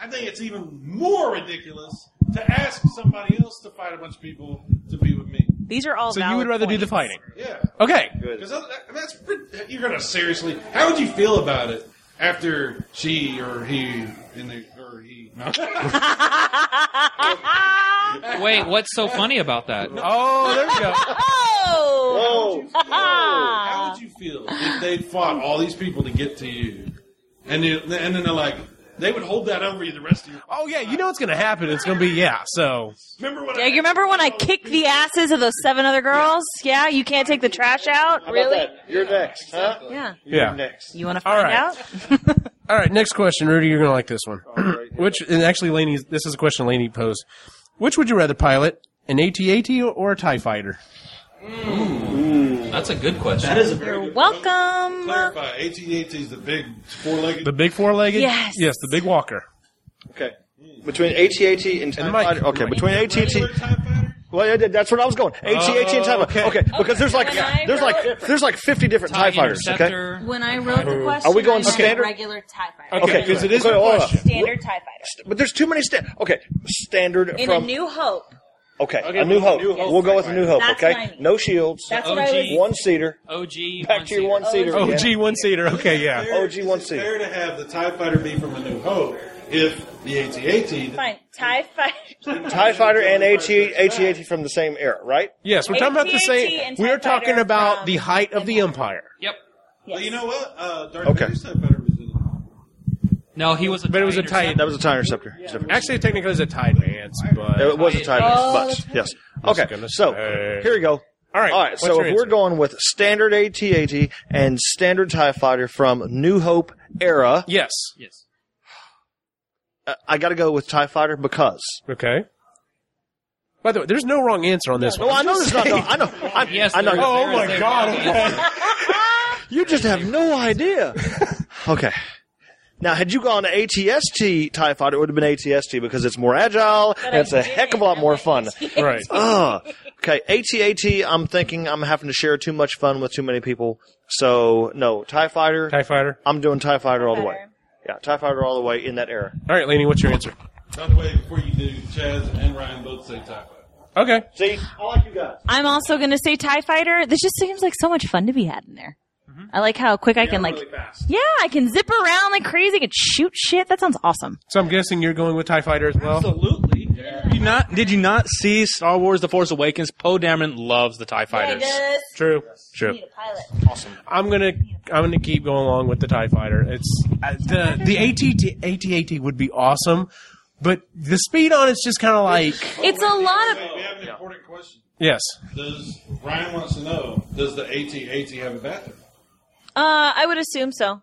S2: I think it's even more ridiculous to ask somebody else to fight a bunch of people to be with me.
S4: These are all.
S1: So you would
S4: valid
S1: rather do the
S4: points.
S1: fighting.
S2: Yeah.
S1: Okay.
S2: Because that's rid- you're gonna seriously. How would you feel about it after she or he in the or he?
S3: Wait, what's so funny about that?
S1: Oh, there we go.
S4: Oh.
S6: Oh,
S2: How would you feel if they fought all these people to get to you, and you, and then they're like they would hold that over you the rest of your.
S1: Oh yeah, you know what's gonna happen. It's gonna be yeah. So
S2: Remember what?
S4: Yeah,
S2: I,
S4: you remember when I kicked the asses of those seven other girls? Yeah, you can't take the trash out.
S6: how about that? You're next, huh?
S4: Yeah.
S1: yeah.
S6: You're next.
S4: You want to find
S1: right.
S4: out?
S1: All right, next question, Rudy. You're gonna like this one. Which and actually, Laney, this is a question Laney posed. Which would you rather pilot, an AT-AT or a Tie Fighter?
S3: That's a good question.
S8: That is a very
S4: You're
S8: good
S4: welcome.
S2: Clarify. AT-AT is the big four-legged.
S1: The big four-legged.
S4: Yes.
S1: Yes, the big walker.
S6: Okay. Between ATAT and Time
S1: Mike.
S6: Fighter. Okay, between ATT.
S2: regular TIE fighter?
S6: Well, yeah, that- that's where I was going. AT-AT and TIE Fighter. Oh, Okay. because there's like
S4: When I
S6: there's like
S4: wrote-
S6: there's like 50 different TIE fighters. Okay.
S3: Interceptor.
S4: When I wrote the question,
S6: Are we going
S4: I wrote
S6: standard?
S4: regular tie fighter.
S1: Okay,
S6: Okay,
S1: because it is
S6: okay,
S1: a
S6: hold on.
S1: question.
S4: Standard tie fighter.
S6: But there's too many sta- Okay, standard
S4: In
S6: from
S4: A New Hope.
S6: Okay, a new hope. We'll go with a new hope,
S4: That's
S6: okay?
S4: what I mean.
S6: No shields.
S4: That's
S3: what I was-
S6: One seater.
S3: OG.
S6: Back to your
S3: one.
S6: one seater.
S1: Oh, gee, one seater. Okay, yeah.
S2: Fair-
S6: OG one
S2: it's
S6: C.
S2: Fair to have the Tie Fighter be from A New Hope if the AT-AT.
S4: Fine. Tie fighter.
S6: TIE fighter and AT AT-AT from the same era, right?
S1: Yes, we're talking about the
S4: AT-AT
S1: same.
S4: and TIE
S1: We are
S4: Fighter um,
S1: talking about
S4: from
S1: the height of the empire.
S3: Yep.
S2: Well, you know what? Uh, Darth
S6: Okay.
S2: Vader's Tie Fighter was in it.
S3: No, he was a.
S1: But it was a
S3: interceptor.
S1: tie.
S6: That was a TIE interceptor.
S1: Actually, technically, it's a tie dance, but
S6: It was a TIE,
S4: Oh,
S6: but yes. Okay,
S1: goodness.
S6: so
S1: Hey.
S6: here we go.
S1: All right,
S6: All right.
S1: what's
S6: So
S1: your
S6: if we're
S1: answer?
S6: going with standard AT-AT and standard Tie Fighter from New Hope era,
S1: yes.
S3: Yes.
S6: uh, I got to go with Tie Fighter because.
S1: Okay. By the way, there's no wrong answer on this
S6: No,
S1: one.
S6: I know there's not. No, I know. I,
S3: Yes,
S6: I know.
S3: there is.
S1: Oh my god!
S6: You just have no idea. okay. Now, had you gone to ATST Tie Fighter, E it would have been ATST because it's more agile and it's a heck of a lot more fun.
S1: right.
S6: Ugh. Okay, ATAT, I'm thinking I'm having to share too much fun with too many people. So, no, TIE Fighter,
S1: Tie Fighter.
S6: I'm doing TIE Fighter all the way.
S4: Fighter.
S6: Yeah, TIE Fighter all the way in that era.
S1: All right, Laney, what's your answer?
S2: By the way, before you do, Chaz and Ryan both say Tie Fighter.
S1: Okay.
S6: See, I like you guys.
S4: I'm also going to say tie fighter. This just seems like so much fun to be had in there.
S6: Mm-hmm.
S4: I like how quick I can like.
S2: really fast.
S4: Yeah, I can zip around like crazy. I can shoot shit. That sounds awesome.
S1: So I'm guessing you're going with Tie Fighter as well.
S8: Absolutely.
S7: Did you not, did you not see Star Wars The Force Awakens? Poe Dameron loves the TIE fighters.
S1: True. True.
S4: a pilot.
S1: I'm gonna I'm gonna keep going along with the Tie Fighter. It's uh, the the AT AT would be awesome, but the speed on it's just kind of like
S4: It's a lot of.
S2: Wait,
S8: Oh,
S2: we have an important question.
S1: yes.
S2: Does Ryan wants to know? Does the AT-AT have a bathroom?
S4: Uh, I would assume so.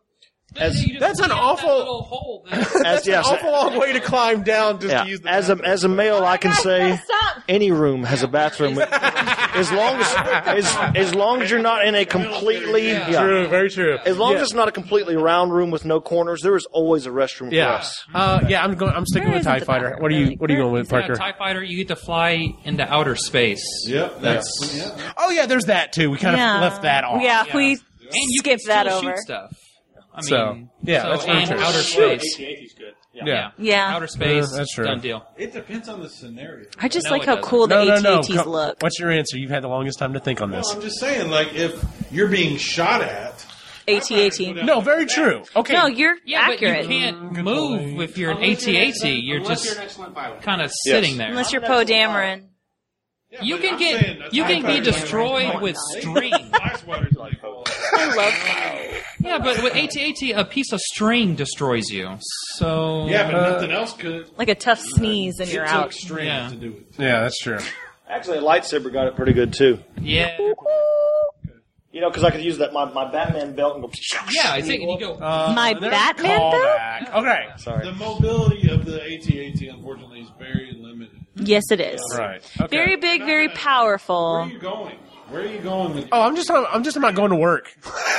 S6: As-
S3: you just
S1: That's an
S3: hit that
S1: awful-
S3: little hole that-
S6: As yes,
S1: Awful long way to climb down just
S6: yeah.
S1: to use the
S6: as a as a male, I can
S4: Guys,
S6: say
S4: gotta stop.
S6: any room has a bathroom. with- as long as, as as long as you're not in a completely yeah.
S1: True, very true.
S6: As long
S1: Yeah.
S6: as it's not a completely round room with no corners, there is always a restroom for
S1: yeah,
S6: us.
S1: uh, yeah. I'm going. I'm sticking
S4: Where
S1: with
S4: isn't
S1: Tie
S4: the
S1: Fighter.
S4: bathroom,
S1: What are you?
S4: really?
S1: What are you
S4: Where
S1: going with,
S3: Yeah,
S1: Parker?
S3: Tie Fighter, you get to fly into outer space.
S2: Yep,
S3: that's
S2: yeah.
S1: oh yeah, there's that too. We kind of
S4: Yeah.
S1: left that off.
S4: Yeah,
S3: Yeah.
S4: we
S3: And you
S4: skipped
S3: can
S4: that
S3: still
S4: over.
S3: Shoot stuff. I mean,
S1: So, yeah,
S3: so,
S1: that's very
S3: and
S1: true.
S3: outer space.
S8: AT-AT's good. Yeah.
S1: Yeah.
S4: Yeah.
S3: outer space.
S1: Yeah, that's true.
S3: Done deal.
S2: It depends on the scenario.
S4: I just
S3: No,
S4: like
S3: it
S4: how
S3: doesn't.
S4: cool the
S1: No, no, no.
S4: AT-ATs
S1: Come-
S4: look.
S1: What's your answer? You've had the longest time to think on
S2: Well,
S1: this.
S2: I'm just saying, like, if you're being shot at,
S4: AT-AT.
S1: No, very true. Okay.
S4: No, you're
S3: Yeah,
S4: accurate.
S3: but you can't move if you're an
S8: Unless you're an
S3: AT-AT.
S8: excellent-
S3: You're
S8: unless
S3: just
S8: you're an excellent pilot.
S3: kind of sitting there.
S4: Unless you're Poe Dameron.
S2: Yeah,
S3: you
S2: but
S3: can
S2: I'm
S3: get
S2: saying that's
S3: you
S2: not
S3: can
S2: very
S3: be
S2: good.
S3: destroyed with string.
S2: Ice water's like, well,
S4: I love
S3: yeah, but with AT-AT, a piece of string destroys you. So
S2: yeah, but nothing else could.
S4: like a tough sneeze and
S2: It
S4: you're
S2: took
S4: out.
S2: strength
S3: Uh, Yeah.
S2: to do it.
S1: Yeah, that's true.
S6: Actually, a lightsaber got it pretty good too.
S3: yeah,
S6: You know, because I could use that my, my Batman belt and go.
S3: yeah. I think and you go.
S4: My
S1: there's a
S4: Batman though?
S1: callback. Okay.
S2: The mobility of the AT-AT, unfortunately, is very limited.
S4: Yes, it is.
S1: Right. Okay.
S4: Very big, very
S2: Where
S4: powerful.
S2: are you going? Where are you going? With
S1: Oh, I'm just I'm just not going to work.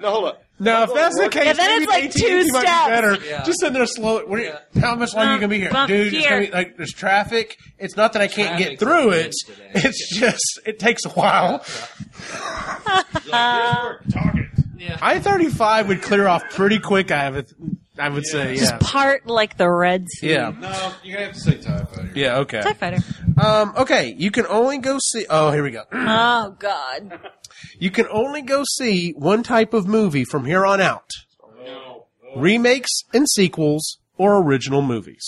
S6: No, hold up.
S1: No, if that's the case,
S4: Yeah, then
S1: maybe
S4: it's like
S1: the AT&T
S4: two
S1: might be
S4: steps.
S1: better.
S3: Yeah.
S1: Just sitting there slow. What are you, How much longer you gonna be here,
S4: Bump
S1: dude? It's
S4: here.
S1: gonna be, like there's traffic. It's not that I can't get
S3: Traffic's
S1: through
S3: a
S1: it.
S3: bitch today.
S1: It's just it takes a while.
S2: target.
S1: I 35 would clear off pretty quick. I would I would say yeah.
S4: Part like the Red Sea.
S1: Yeah.
S2: No, you have to say tie fighter.
S1: Yeah. Okay.
S4: TIE fighter.
S1: Um. Okay. You can only go see. Oh, here we go.
S4: Oh God.
S1: You can only go see one type of movie from here on out. Remakes and sequels or original movies.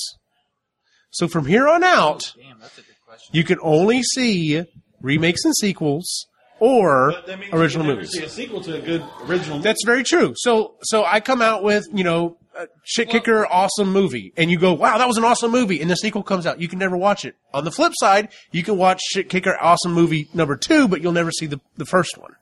S1: So from here on out,
S3: Damn, that's a good question.
S1: you can only see remakes and sequels or
S2: But that means
S1: original
S2: you can never
S1: movies.
S2: See a sequel to a good original. movie.
S1: That's very true. So so I come out with, you know, a shit kicker awesome movie and you go, "Wow, that was an awesome movie." And the sequel comes out. You can never watch it. On the flip side, you can watch shit kicker awesome movie number 2, but you'll never see the the first one.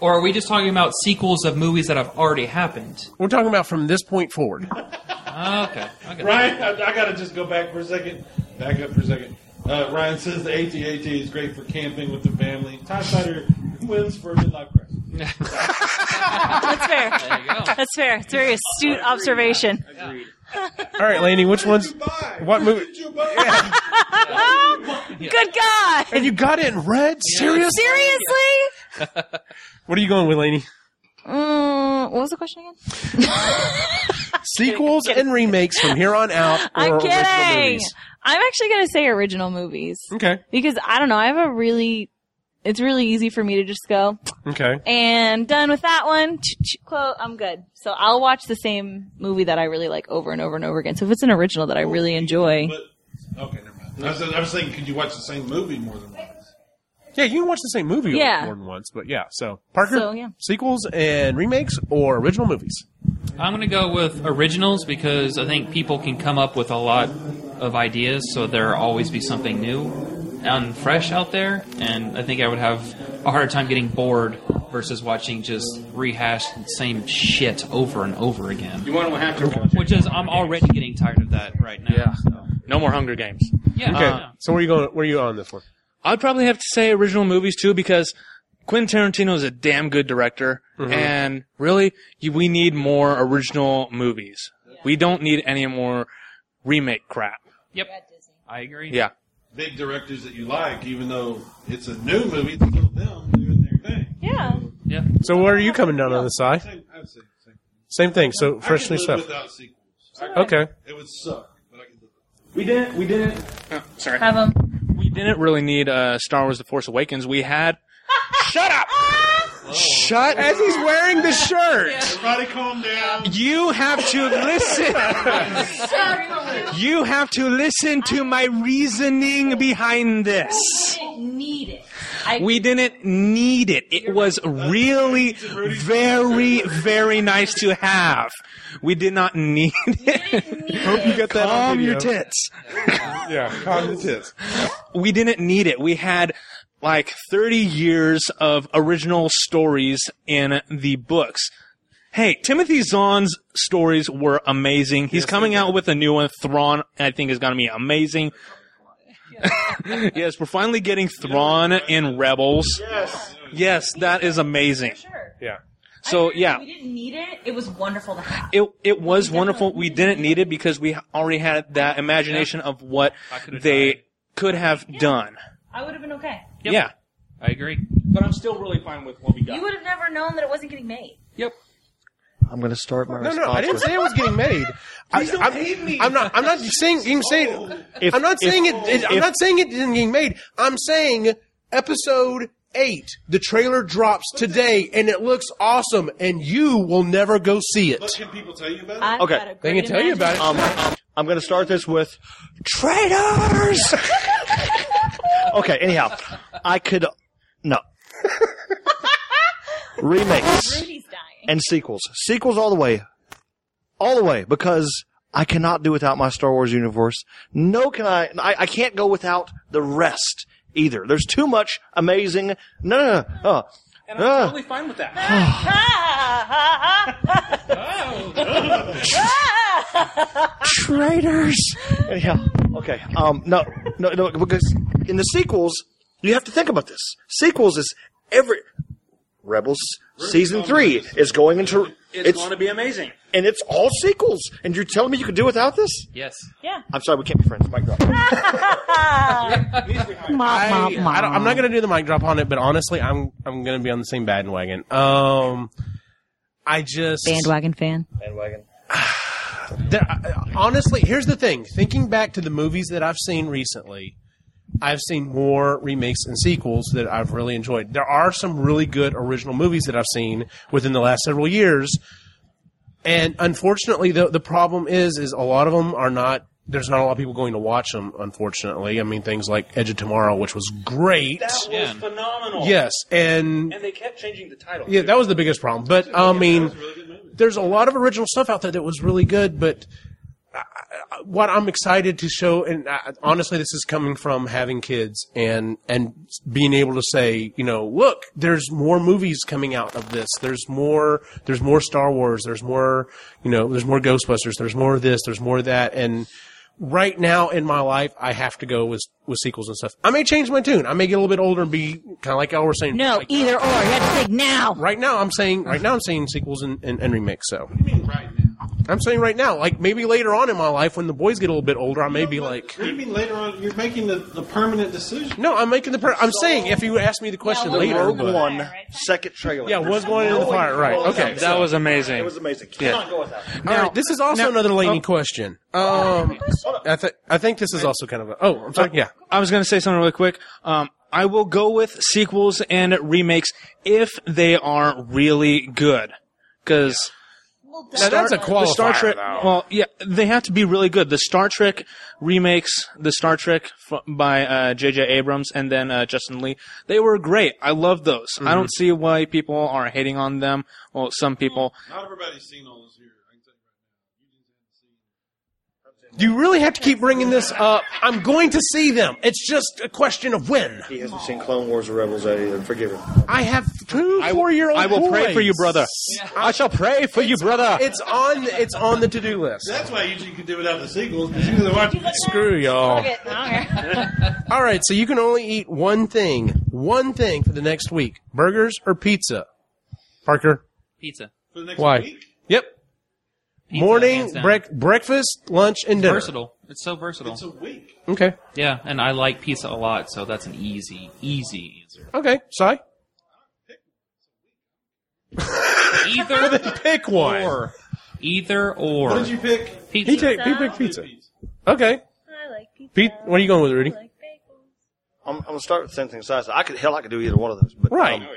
S3: Or are we just talking about sequels of movies that have already happened?
S1: We're talking about from this point forward.
S3: Okay, I got
S2: Ryan, I, I gotta just go back for a second. Back up for a second. Uh, Ryan says the AT-AT is great for camping with the family. Tie fighter wins for midlife crisis.
S4: That's fair.
S3: There you go.
S4: That's fair. It's a very astute observation.
S1: All right, Laney, which one's what movie?
S2: Did you buy? Yeah.
S4: Ah, Good God.
S1: And you got it in red? Serious?
S4: Seriously?
S1: What are you going with, Laney?
S4: Mm, what was the question again?
S1: Uh, Sequels and remakes from here on out. Or
S4: I'm
S1: Original
S4: kidding.
S1: movies.
S4: I'm actually gonna say original movies
S1: Okay.
S4: because I don't know. I have a really. It's really easy for me to just go
S1: Okay.
S4: and done with that one. Quote. I'm good. So I'll watch the same movie that I really like over and over and over again. So if it's an original that I really enjoy,
S2: But okay, never mind. I was, I was thinking, could you watch the same movie more than once?
S1: Yeah, you can watch the same movie
S4: Yeah.
S1: more than once, but yeah. So Parker,
S4: So, yeah.
S1: sequels and remakes or original movies?
S3: I'm going to go with originals because I think people can come up with a lot of ideas, so there will always be something new and fresh out there. And I think I would have a harder time getting bored versus watching just rehashed same shit over and over again.
S8: You want to have to watch it.
S3: Which is, I'm already getting tired of that right now.
S7: Yeah.
S3: so.
S7: No more Hunger Games.
S3: yeah.
S1: Okay.
S3: uh,
S1: So where are you going? Where are you on this one?
S7: I'd probably have to say original movies too because Quentin Tarantino is a damn good director,
S8: Mm-hmm.
S7: and really, you, we need more original movies. We don't need any more remake crap.
S3: Yep. I agree.
S7: Yeah.
S2: Big directors that you like, even though it's a new movie, it's still them doing their thing.
S4: yeah.
S3: Yeah.
S1: So where are you coming down on the side?
S2: Same, I'd say same.
S1: Same thing. So
S2: I
S1: fresh
S2: could
S1: new
S2: live
S1: stuff.
S2: Without sequels, I-
S1: Okay.
S2: it would suck. But I could live.
S8: We didn't. We didn't. Oh, sorry.
S4: Have them.
S7: We didn't really need uh, Star Wars The Force Awakens. We had. Shut up! Shut
S1: As he's wearing the shirt.
S2: Everybody, calm down.
S7: You have to listen. you have to listen to my reasoning behind this.
S4: Need it. I,
S7: We didn't need it. It was really very, very nice to have. We did not need it.
S1: Hope you get that on
S7: Calm
S1: video.
S7: your tits.
S1: Yeah. Calm your tits.
S7: We didn't need it. We had like 30 years of original stories in the books. Hey, Timothy Zahn's stories were amazing. He's coming out with a new one. Thrawn, I think, is going to be amazing. yes, we're finally getting Thrawn in Rebels.
S6: Yes.
S7: Yes, that is amazing.
S4: Sure.
S7: Yeah.
S1: Oh,
S7: So, yeah,
S4: We didn't need it. It was wonderful to have.
S7: it it was wonderful. We didn't need it because we already had that imagination of what
S3: could've
S7: they
S3: tried.
S7: could have done.
S4: I would have been okay.
S3: Yep.
S7: Yeah.
S3: I agree.
S8: But I'm still really fine with what we got.
S4: You would have never known that it wasn't getting made.
S3: Yep.
S6: I'm going to start my
S1: No,
S6: response.
S1: no, I didn't
S6: with-
S1: say it was getting made. I,
S8: don't
S1: I'm,
S8: hate me.
S1: I'm not. I'm not saying. I'm saying. I'm not saying it. it- I'm
S6: if-
S1: not saying it didn't get made. I'm saying episode eight. The trailer drops today, and it looks awesome, and you will never go see it.
S2: But can people tell you about it?
S4: I've
S6: Okay.
S4: got a
S1: They
S4: great
S1: can tell you about it.
S6: Um, I'm going to start this with traitors. okay. Anyhow, I could no remakes
S4: Rudy's dying.
S6: and sequels, sequels all the way, all the way, because I cannot do without my Star Wars universe. No, can I? I, I can't go without the rest either. There's too much amazing. No, no, no. Uh, uh,
S8: totally fine with that.
S6: traitors. Yeah. Okay. Um. No. No. No. Because in the sequels, you have to think about this. Sequels is every Rebels season three is going into
S8: It's,
S6: it's,
S8: going to be amazing.
S6: and it's all sequels. And you're telling me you could do without this?
S3: Yes.
S4: Yeah.
S6: I'm sorry, we can't be friends. Mic drop.
S1: I, I don't, I'm not going to do the mic drop on it, but honestly, I'm I'm going to be on the same bandwagon. Um, I just
S4: Bandwagon fan.
S6: Bandwagon.
S1: There, I- honestly, here's the thing. Thinking back to the movies that I've seen recently, I've seen more remakes and sequels that I've really enjoyed. There are some really good original movies that I've seen within the last several years, and unfortunately, the the problem is is a lot of them are not. There's not a lot of people going to watch them. Unfortunately, I mean things like Edge of Tomorrow, which was great.
S8: That was
S3: Yeah.
S8: phenomenal.
S1: Yes, and
S8: And they kept changing the title.
S1: yeah, that was the biggest problem. But I mean, there's a lot of original stuff out there that was really good. But I- I- what I'm excited to show, and I, honestly, this is coming from having kids and and being able to say, you know, look, there's more movies coming out of this. There's more. There's more Star Wars. There's more. You know, there's more Ghostbusters. There's more of this. There's more of that. And right now in my life, I have to go with with sequels and stuff. I may change my tune. I may get a little bit older and be kind of like y'all were saying.
S4: No,
S1: like,
S4: either or. You have to think now.
S1: right now I'm saying right now I'm saying sequels and, and, and remakes. So
S2: What do you mean right now?
S1: I'm saying right now, like maybe later on in my life when the boys get a little bit older, I may be like,
S2: What do you mean later on? You're making the, the permanent decision.
S1: no, I'm making the. Per- I'm saying if you ask me the question
S4: Yeah, well,
S1: later,
S6: Rogue
S1: but-
S6: One,
S4: Right, right.
S6: second trailer.
S1: yeah, was going into the fire, right? Okay,
S7: That was
S6: It
S7: amazing.
S6: was amazing. Cannot go without. it.
S1: all right. This is also
S7: now-
S1: another Laney
S7: oh.
S1: question. Um, I think I think this is also kind of a. Oh, I'm sorry. Yeah,
S7: I was going to say something really quick. Um, I will go with sequels and remakes if they are really good. Because
S1: now that's a qualifier.
S7: the Star Trek,
S1: though.
S7: well, yeah, they have to be really good. The Star Trek remakes, the Star Trek f- by uh, J.J. Abrams and then uh, Justin Lee, they were great. I love those. I
S1: Mm-hmm.
S7: don't see why people are hating on them. Well, some people.
S2: Not everybody's seen all this here. I can tell
S1: You really have to keep bringing this up. I'm going to see them. It's just a question of when.
S6: He hasn't seen Clone Wars or Rebels either. Forgive him.
S1: I have two four-year-old.
S7: I will pray for you,
S1: boys.
S7: brother. I shall pray for you, brother.
S1: It's on. It's on the to-do list.
S2: you. That's why usually you could do without the sequels because you can watch.
S1: Screw y'all.
S4: Okay, okay.
S1: All right, so you can only eat one thing, one thing for the next week: burgers or pizza. Parker,
S3: Pizza.
S2: For the next
S1: why?
S2: week.
S1: Yep.
S3: Pizza,
S1: Morning,
S3: hands down.
S1: break, breakfast, lunch, and dinner.
S3: Versatile. It's so versatile.
S2: It's a week.
S1: Okay.
S3: yeah, and I like pizza a lot, so that's an easy, easy answer.
S1: Okay. Sorry.
S3: Either
S1: Pick one.
S3: or. Either or.
S2: What did you pick?
S3: pizza.
S1: He take. He picked pizza. Okay.
S4: I like pizza.
S1: Pete, what are you going with, Rudy?
S4: I like bagels.
S6: I'm, I'm gonna start with the same thing. Size. I could hell, I could do either one of those. But
S1: Right.
S7: Oh,
S6: um,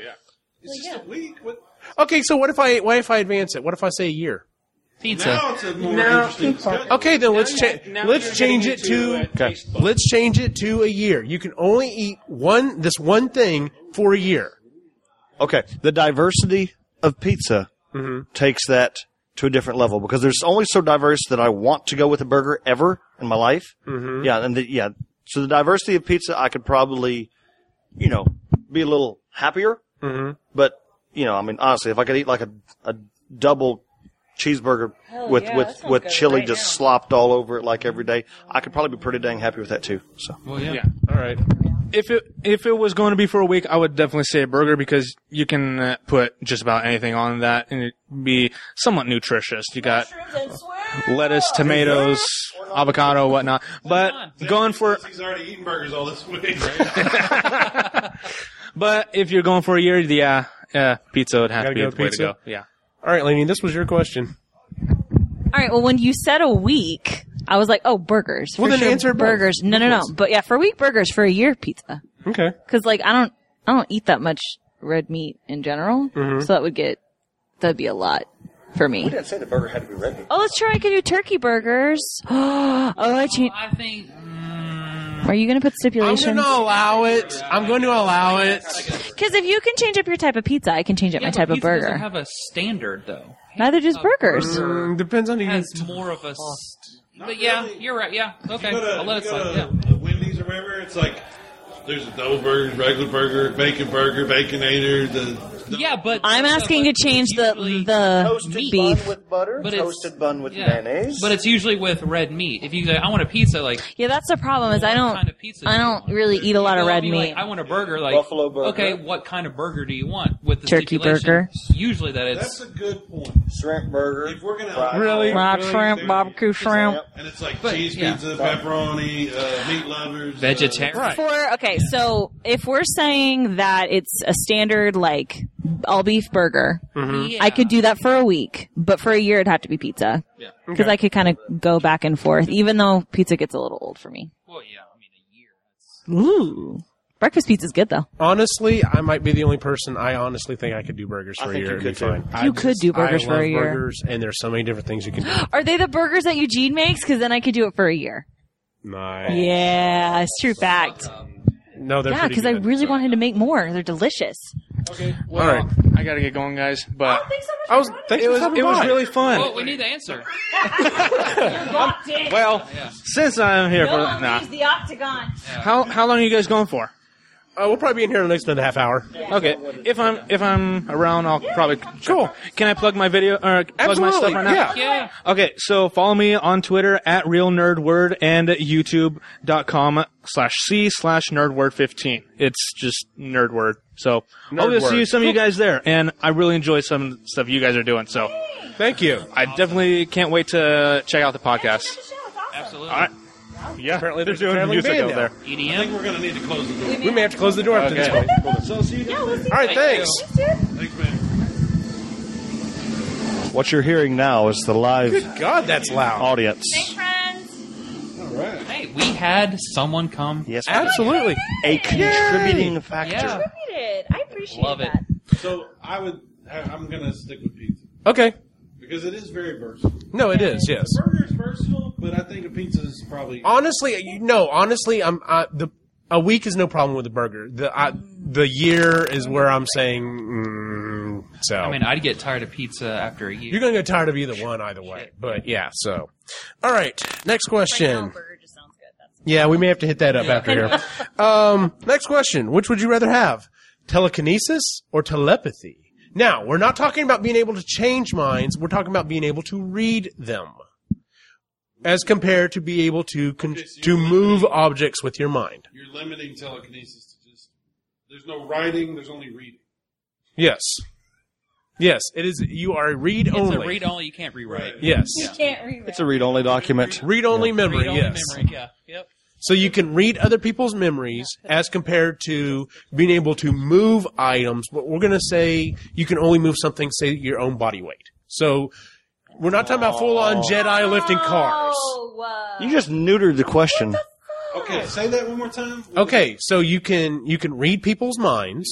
S2: It's just a week. What?
S1: Okay. So what if I? What if I advance it? What if I say a year?
S2: Now
S3: Pizza.
S2: it's a more
S7: No.
S2: interesting discussion.
S1: Okay. Then let's
S7: you're-
S1: change.
S7: now you're
S1: Let's change
S7: getting
S1: it
S7: into,
S1: to.
S7: uh,
S6: okay.
S1: Let's change it to a year. You can only eat one. This one thing for a year.
S6: Okay. The diversity of pizza takes that to a different level because there's only so diverse that I want to go with a burger ever in my life. Mm-hmm. Yeah. And the, yeah. So the diversity of pizza, I could probably you know, be a little happier.
S1: Mhm.
S6: But you know, I mean, honestly, if I could eat like a a double cheeseburger
S4: Hell
S6: with
S4: yeah, that
S6: with
S4: sounds
S6: with
S4: good
S6: chili
S4: right
S6: just
S4: now.
S6: slopped all over it like every day, I could probably be pretty dang happy with that too. So
S2: Well, yeah.
S7: Yeah.
S2: All right.
S7: If it if it was going to be for a week, I would definitely say a burger because you can uh, put just about anything on that and it'd be somewhat nutritious. You got lettuce, tomatoes, avocado, whatnot. But going for
S2: He's already eating burgers all this week.
S7: but if you're going for a year, yeah, yeah, pizza would have
S1: Gotta
S7: to be
S1: go
S7: the way to
S1: pizza.
S7: go. Yeah.
S1: All right, Lainey, this was your question.
S4: All right. Well, when you said a week, I was like, oh, burgers.
S1: Well,
S4: for
S1: then
S4: sure,
S1: answer both.
S4: burgers. No, no, no. But yeah, for a week, burgers. For a year, pizza.
S1: Okay.
S4: Because like I don't, I don't eat that much red meat in general.
S1: Mm-hmm.
S4: So that would get, that'd be a lot for me.
S6: didn't say the burger had to be ready.
S4: Oh, let's try. I can do turkey burgers. oh, I changed.
S3: I think. mm,
S4: Are you going to put stipulations?
S1: allow it. I'm going to allow it.
S4: Because if you can change up your type of pizza, I can change up
S3: yeah,
S4: my
S3: but
S4: type of
S3: pizza
S4: burger.
S3: doesn't have a standard though.
S4: Neither does
S3: A
S4: burgers.
S3: burger
S1: Mm, depends on who you.
S3: Has more of a. s- But yeah, you're right. Yeah. Okay.
S2: You go to-
S3: I'll let it
S2: you
S3: slide.
S2: go
S3: Yeah.
S2: to Wendy's or wherever, it's like there's a double burger, regular burger, bacon burger, baconator. The, the
S3: Yeah, but
S4: I'm
S3: that's
S4: asking to
S3: not-
S4: change the
S3: usually-
S4: the beef.
S6: with butter,
S3: But it's- yeah. But it's usually with red meat. If you go, I want a pizza, like
S4: yeah, that's the problem. Is I don't
S3: kind of pizza
S4: I
S3: do you
S4: don't
S3: want?
S4: really eat a lot of
S3: Well, I
S4: red
S3: mean, like,
S4: meat.
S3: I want a burger, like
S6: Buffalo burger.
S3: Okay, what kind of burger do you want? With the
S4: Turkey
S3: stipulation,
S4: burger.
S3: Usually that
S2: That's
S3: it's
S2: a good point.
S6: shrimp burger.
S2: If we're gonna
S6: fried
S1: Really?
S4: Fried
S1: Really?
S4: shrimp, barbecue shrimp.
S2: and it's like
S3: But,
S2: cheese
S3: yeah.
S2: pizza, pepperoni, uh, meat lovers, uh,
S3: vegetarian.
S4: For okay, so if we're saying that it's a standard like all beef burger, I could do that for a week, but for a year it'd have to be pizza.
S3: Yeah.
S4: Because I could kind of go back and forth, even though pizza gets a little old for me.
S3: Well, yeah, I mean a year.
S4: Ooh, breakfast pizza's good though.
S1: Honestly, I might be the only person. I honestly think I could do burgers
S6: I
S1: for a
S6: think
S1: year.
S6: you
S1: and
S6: could
S1: be fine.
S6: too.
S1: I
S4: You could do burgers
S1: I
S4: for a
S1: love
S4: year.
S1: Burgers, and there's so many different things you can do.
S4: Are they the burgers that Eugene makes? Because then I could do it for a year.
S1: nice.
S4: Yeah, it's true fact.
S1: No, they're
S4: Yeah, because I really want him to make more. They're delicious.
S7: Well,
S1: All right.
S7: I gotta get going, guys. But
S1: I Oh. was. Thanks
S7: it
S1: for
S7: was
S1: stopping
S7: it was
S1: by.
S7: really fun.
S3: Well, we need the answer.
S7: Well, since I'm here for nah.
S4: the octagon.
S7: How how long are you guys going for?
S1: Uh, we'll probably be in here in the next another half hour.
S7: Okay, if I'm if I'm around, I'll probably
S1: Cool.
S7: Can I plug my video or plug my
S1: Absolutely,
S7: stuff right now?
S1: yeah.
S3: Yeah.
S7: Okay, so follow me on Twitter at real nerd word and youtube.com slash c slash nerdword15. It's just nerdword. So I'll
S1: Nerd
S7: just see
S1: Word.
S7: some of you guys there, and I really enjoy some of the stuff you guys are doing. So
S1: Thank you.
S7: I definitely can't wait to check out the podcast.
S3: Absolutely. E
S7: All right. Yeah, apparently they're doing
S1: apparently
S7: music
S1: banned
S7: over
S1: now.
S7: there.
S2: I think
S3: EDM.
S2: we're gonna need to close the door.
S1: We may have to close the door after this
S7: Okay.
S1: one.
S2: So see you down there.
S1: All right,
S3: Thank
S1: thanks.
S3: you.
S2: Thanks, man.
S6: What you're hearing now is the live
S1: Good God, that's loud.
S6: audience.
S3: Hey, we had someone come.
S6: Yes,
S1: Absolutely.
S6: a contributing factor.
S3: Yeah.
S4: I appreciate
S3: Love it.
S4: that.
S2: So I would. I- I'm gonna stick with pizza
S1: Okay.
S2: because it is very versatile.
S1: No, it is. Yes.
S2: Burger is versatile, but I think a pizza is probably.
S1: Honestly, you- no. Honestly, I'm uh, the a week is no problem with a burger. The I, the year is where I'm saying. Mm, so
S3: I mean, I'd get tired of pizza after a year.
S1: you're gonna get tired of either one, either way. But yeah. So, all right. Next question. Yeah, we may have to hit that up after here. Um, next question. Which would you rather have? Telekinesis or telepathy? Now, we're not talking about being able to change minds. We're talking about being able to read them. As compared to be able to con- to move objects with your mind.
S2: You're limiting telekinesis to just. There's no writing. There's only reading.
S1: Yes. Yes, it is you are read
S3: it's
S1: only.
S3: a read only. You can't rewrite.
S1: Yes.
S4: Can't read
S6: It's a read only document.
S1: Read only memory,
S3: Read only
S1: yes.
S3: memory. Yeah. Yep.
S1: So you can read other people's memories as compared to being able to move items, but we're going to say you can only move something, say your own body weight. So we're not talking about full on Jedi
S3: Oh.
S1: lifting cars.
S4: uh,
S6: You just neutered the question.
S2: Okay, say that one more time.
S1: Okay, so you can you can read people's minds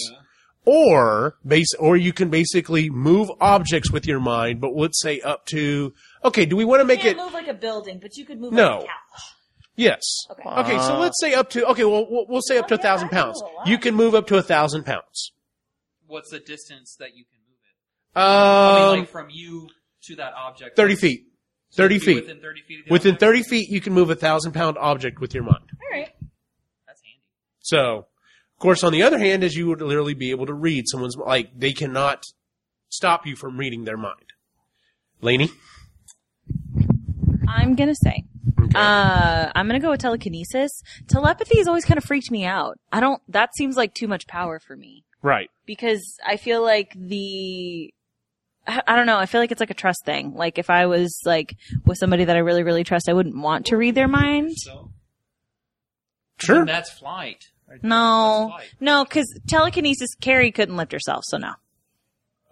S1: or base or you can basically move objects with your mind, but let's say up to okay, do we want to make it
S4: move like a building, but you could move
S1: No. like a Yes. Okay. so let's say up to okay. Well, we'll, we'll say up to a
S4: yeah,
S1: thousand
S4: I know
S1: pounds.
S4: a lot.
S1: You can move up to a thousand pounds.
S3: What's the distance that you can move it?
S1: Um,
S3: I mean, like from you to that object.
S1: thirty feet. Thirty
S3: Be
S1: feet.
S3: Within thirty feet. Of the
S1: Within
S3: object?
S1: thirty feet, you can move a thousand pound object with your mind.
S4: All right.
S3: That's handy.
S1: So, course, on the other hand, is you would literally be able to read someone's like they cannot stop you from reading their mind. Laney,
S4: I'm gonna say. Uh, I'm gonna go with telekinesis. Telepathy has always kind of freaked me out. I don't. That seems like too much power for me
S7: Right.
S4: because I feel like the. I I don't know. I feel like it's like a trust thing. Like if I was like with somebody that I really, really trust, I wouldn't want to read their mind.
S3: So
S1: sure,
S3: that's flight.
S4: No,
S3: That's flight.
S4: no, because telekinesis. Carrie couldn't lift herself, so no,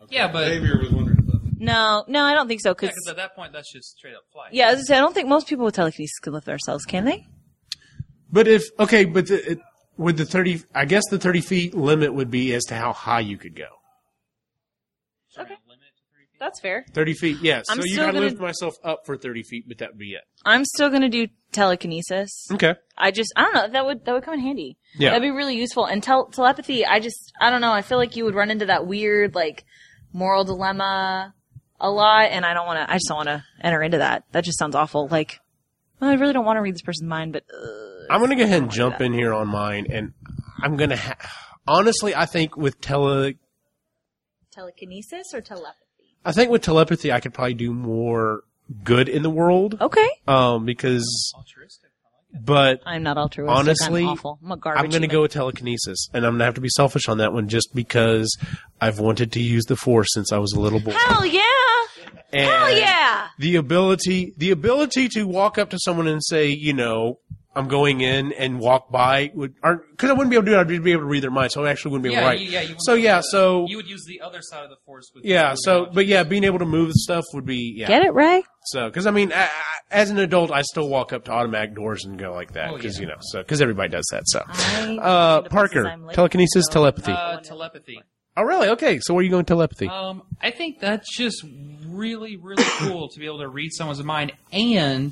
S3: Yeah, but yeah,
S2: Xavier was wondering about that.
S4: no, no. I don't think so. Because
S3: 'cause at that point, that's just straight up flight.
S4: yeah, as I, said, I don't think most people with telekinesis can lift themselves, can they?
S1: but if okay, but the, it, with the thirty, I guess the thirty feet limit would be as to how high you could go.
S4: Okay, that's fair.
S1: Thirty feet, yes.
S4: I'm
S1: so you
S4: still
S1: gotta
S4: gonna-
S1: lift myself up for thirty feet, but that would be it.
S4: I'm still gonna do telekinesis.
S1: Okay.
S4: I just I don't know that would that would come in handy.
S1: Yeah.
S4: that'd be really useful. And tel- telepathy, I just I don't know. I feel like you would run into that weird like moral dilemma a lot, and I don't want to. I just don't want to enter into that. That just sounds awful. Like well, I really don't want to read this person's mind, but uh,
S1: I'm going to go ahead and jump in here on mine, and I'm going to ha- honestly, I think with tele,
S4: telekinesis or telepathy.
S1: I think with telepathy, I could probably do more good in the world,
S4: Okay,
S1: um, because, but
S4: I'm not altruistic.
S1: Honestly,
S4: I'm awful. I'm a garbage.
S1: I'm going to
S4: human.
S1: go with telekinesis, and I'm going to have to be selfish on that one just because I've wanted to use the force since I was a little boy.
S4: Hell yeah!
S1: And
S4: Hell yeah!
S1: The ability, the ability to walk up to someone and say, you know. I'm going in and walk by would, because I wouldn't be able to do it. I'd be able to read their mind, so I actually wouldn't be able
S3: Yeah,
S1: to write.
S3: you- yeah, you wouldn't
S1: so
S3: be able
S1: yeah,
S3: to-
S1: so
S3: You would use the other side of the force with
S1: Yeah. So, but yeah, being able to move stuff would be yeah.
S4: Get it, Ray?
S1: So, because I mean, I, I, as an adult, I still walk up to automatic doors and go like that
S3: Oh,
S1: because
S3: yeah.
S1: you know, so because everybody does that. So,
S4: I-
S1: uh,
S4: the places
S1: Parker,
S4: I'm late,
S1: telekinesis,
S4: so-
S1: telepathy.
S3: uh, telepathy.
S1: oh, really? Okay. So, where are you going telepathy?
S3: Um, I think that's just really, really cool to be able to read someone's mind, and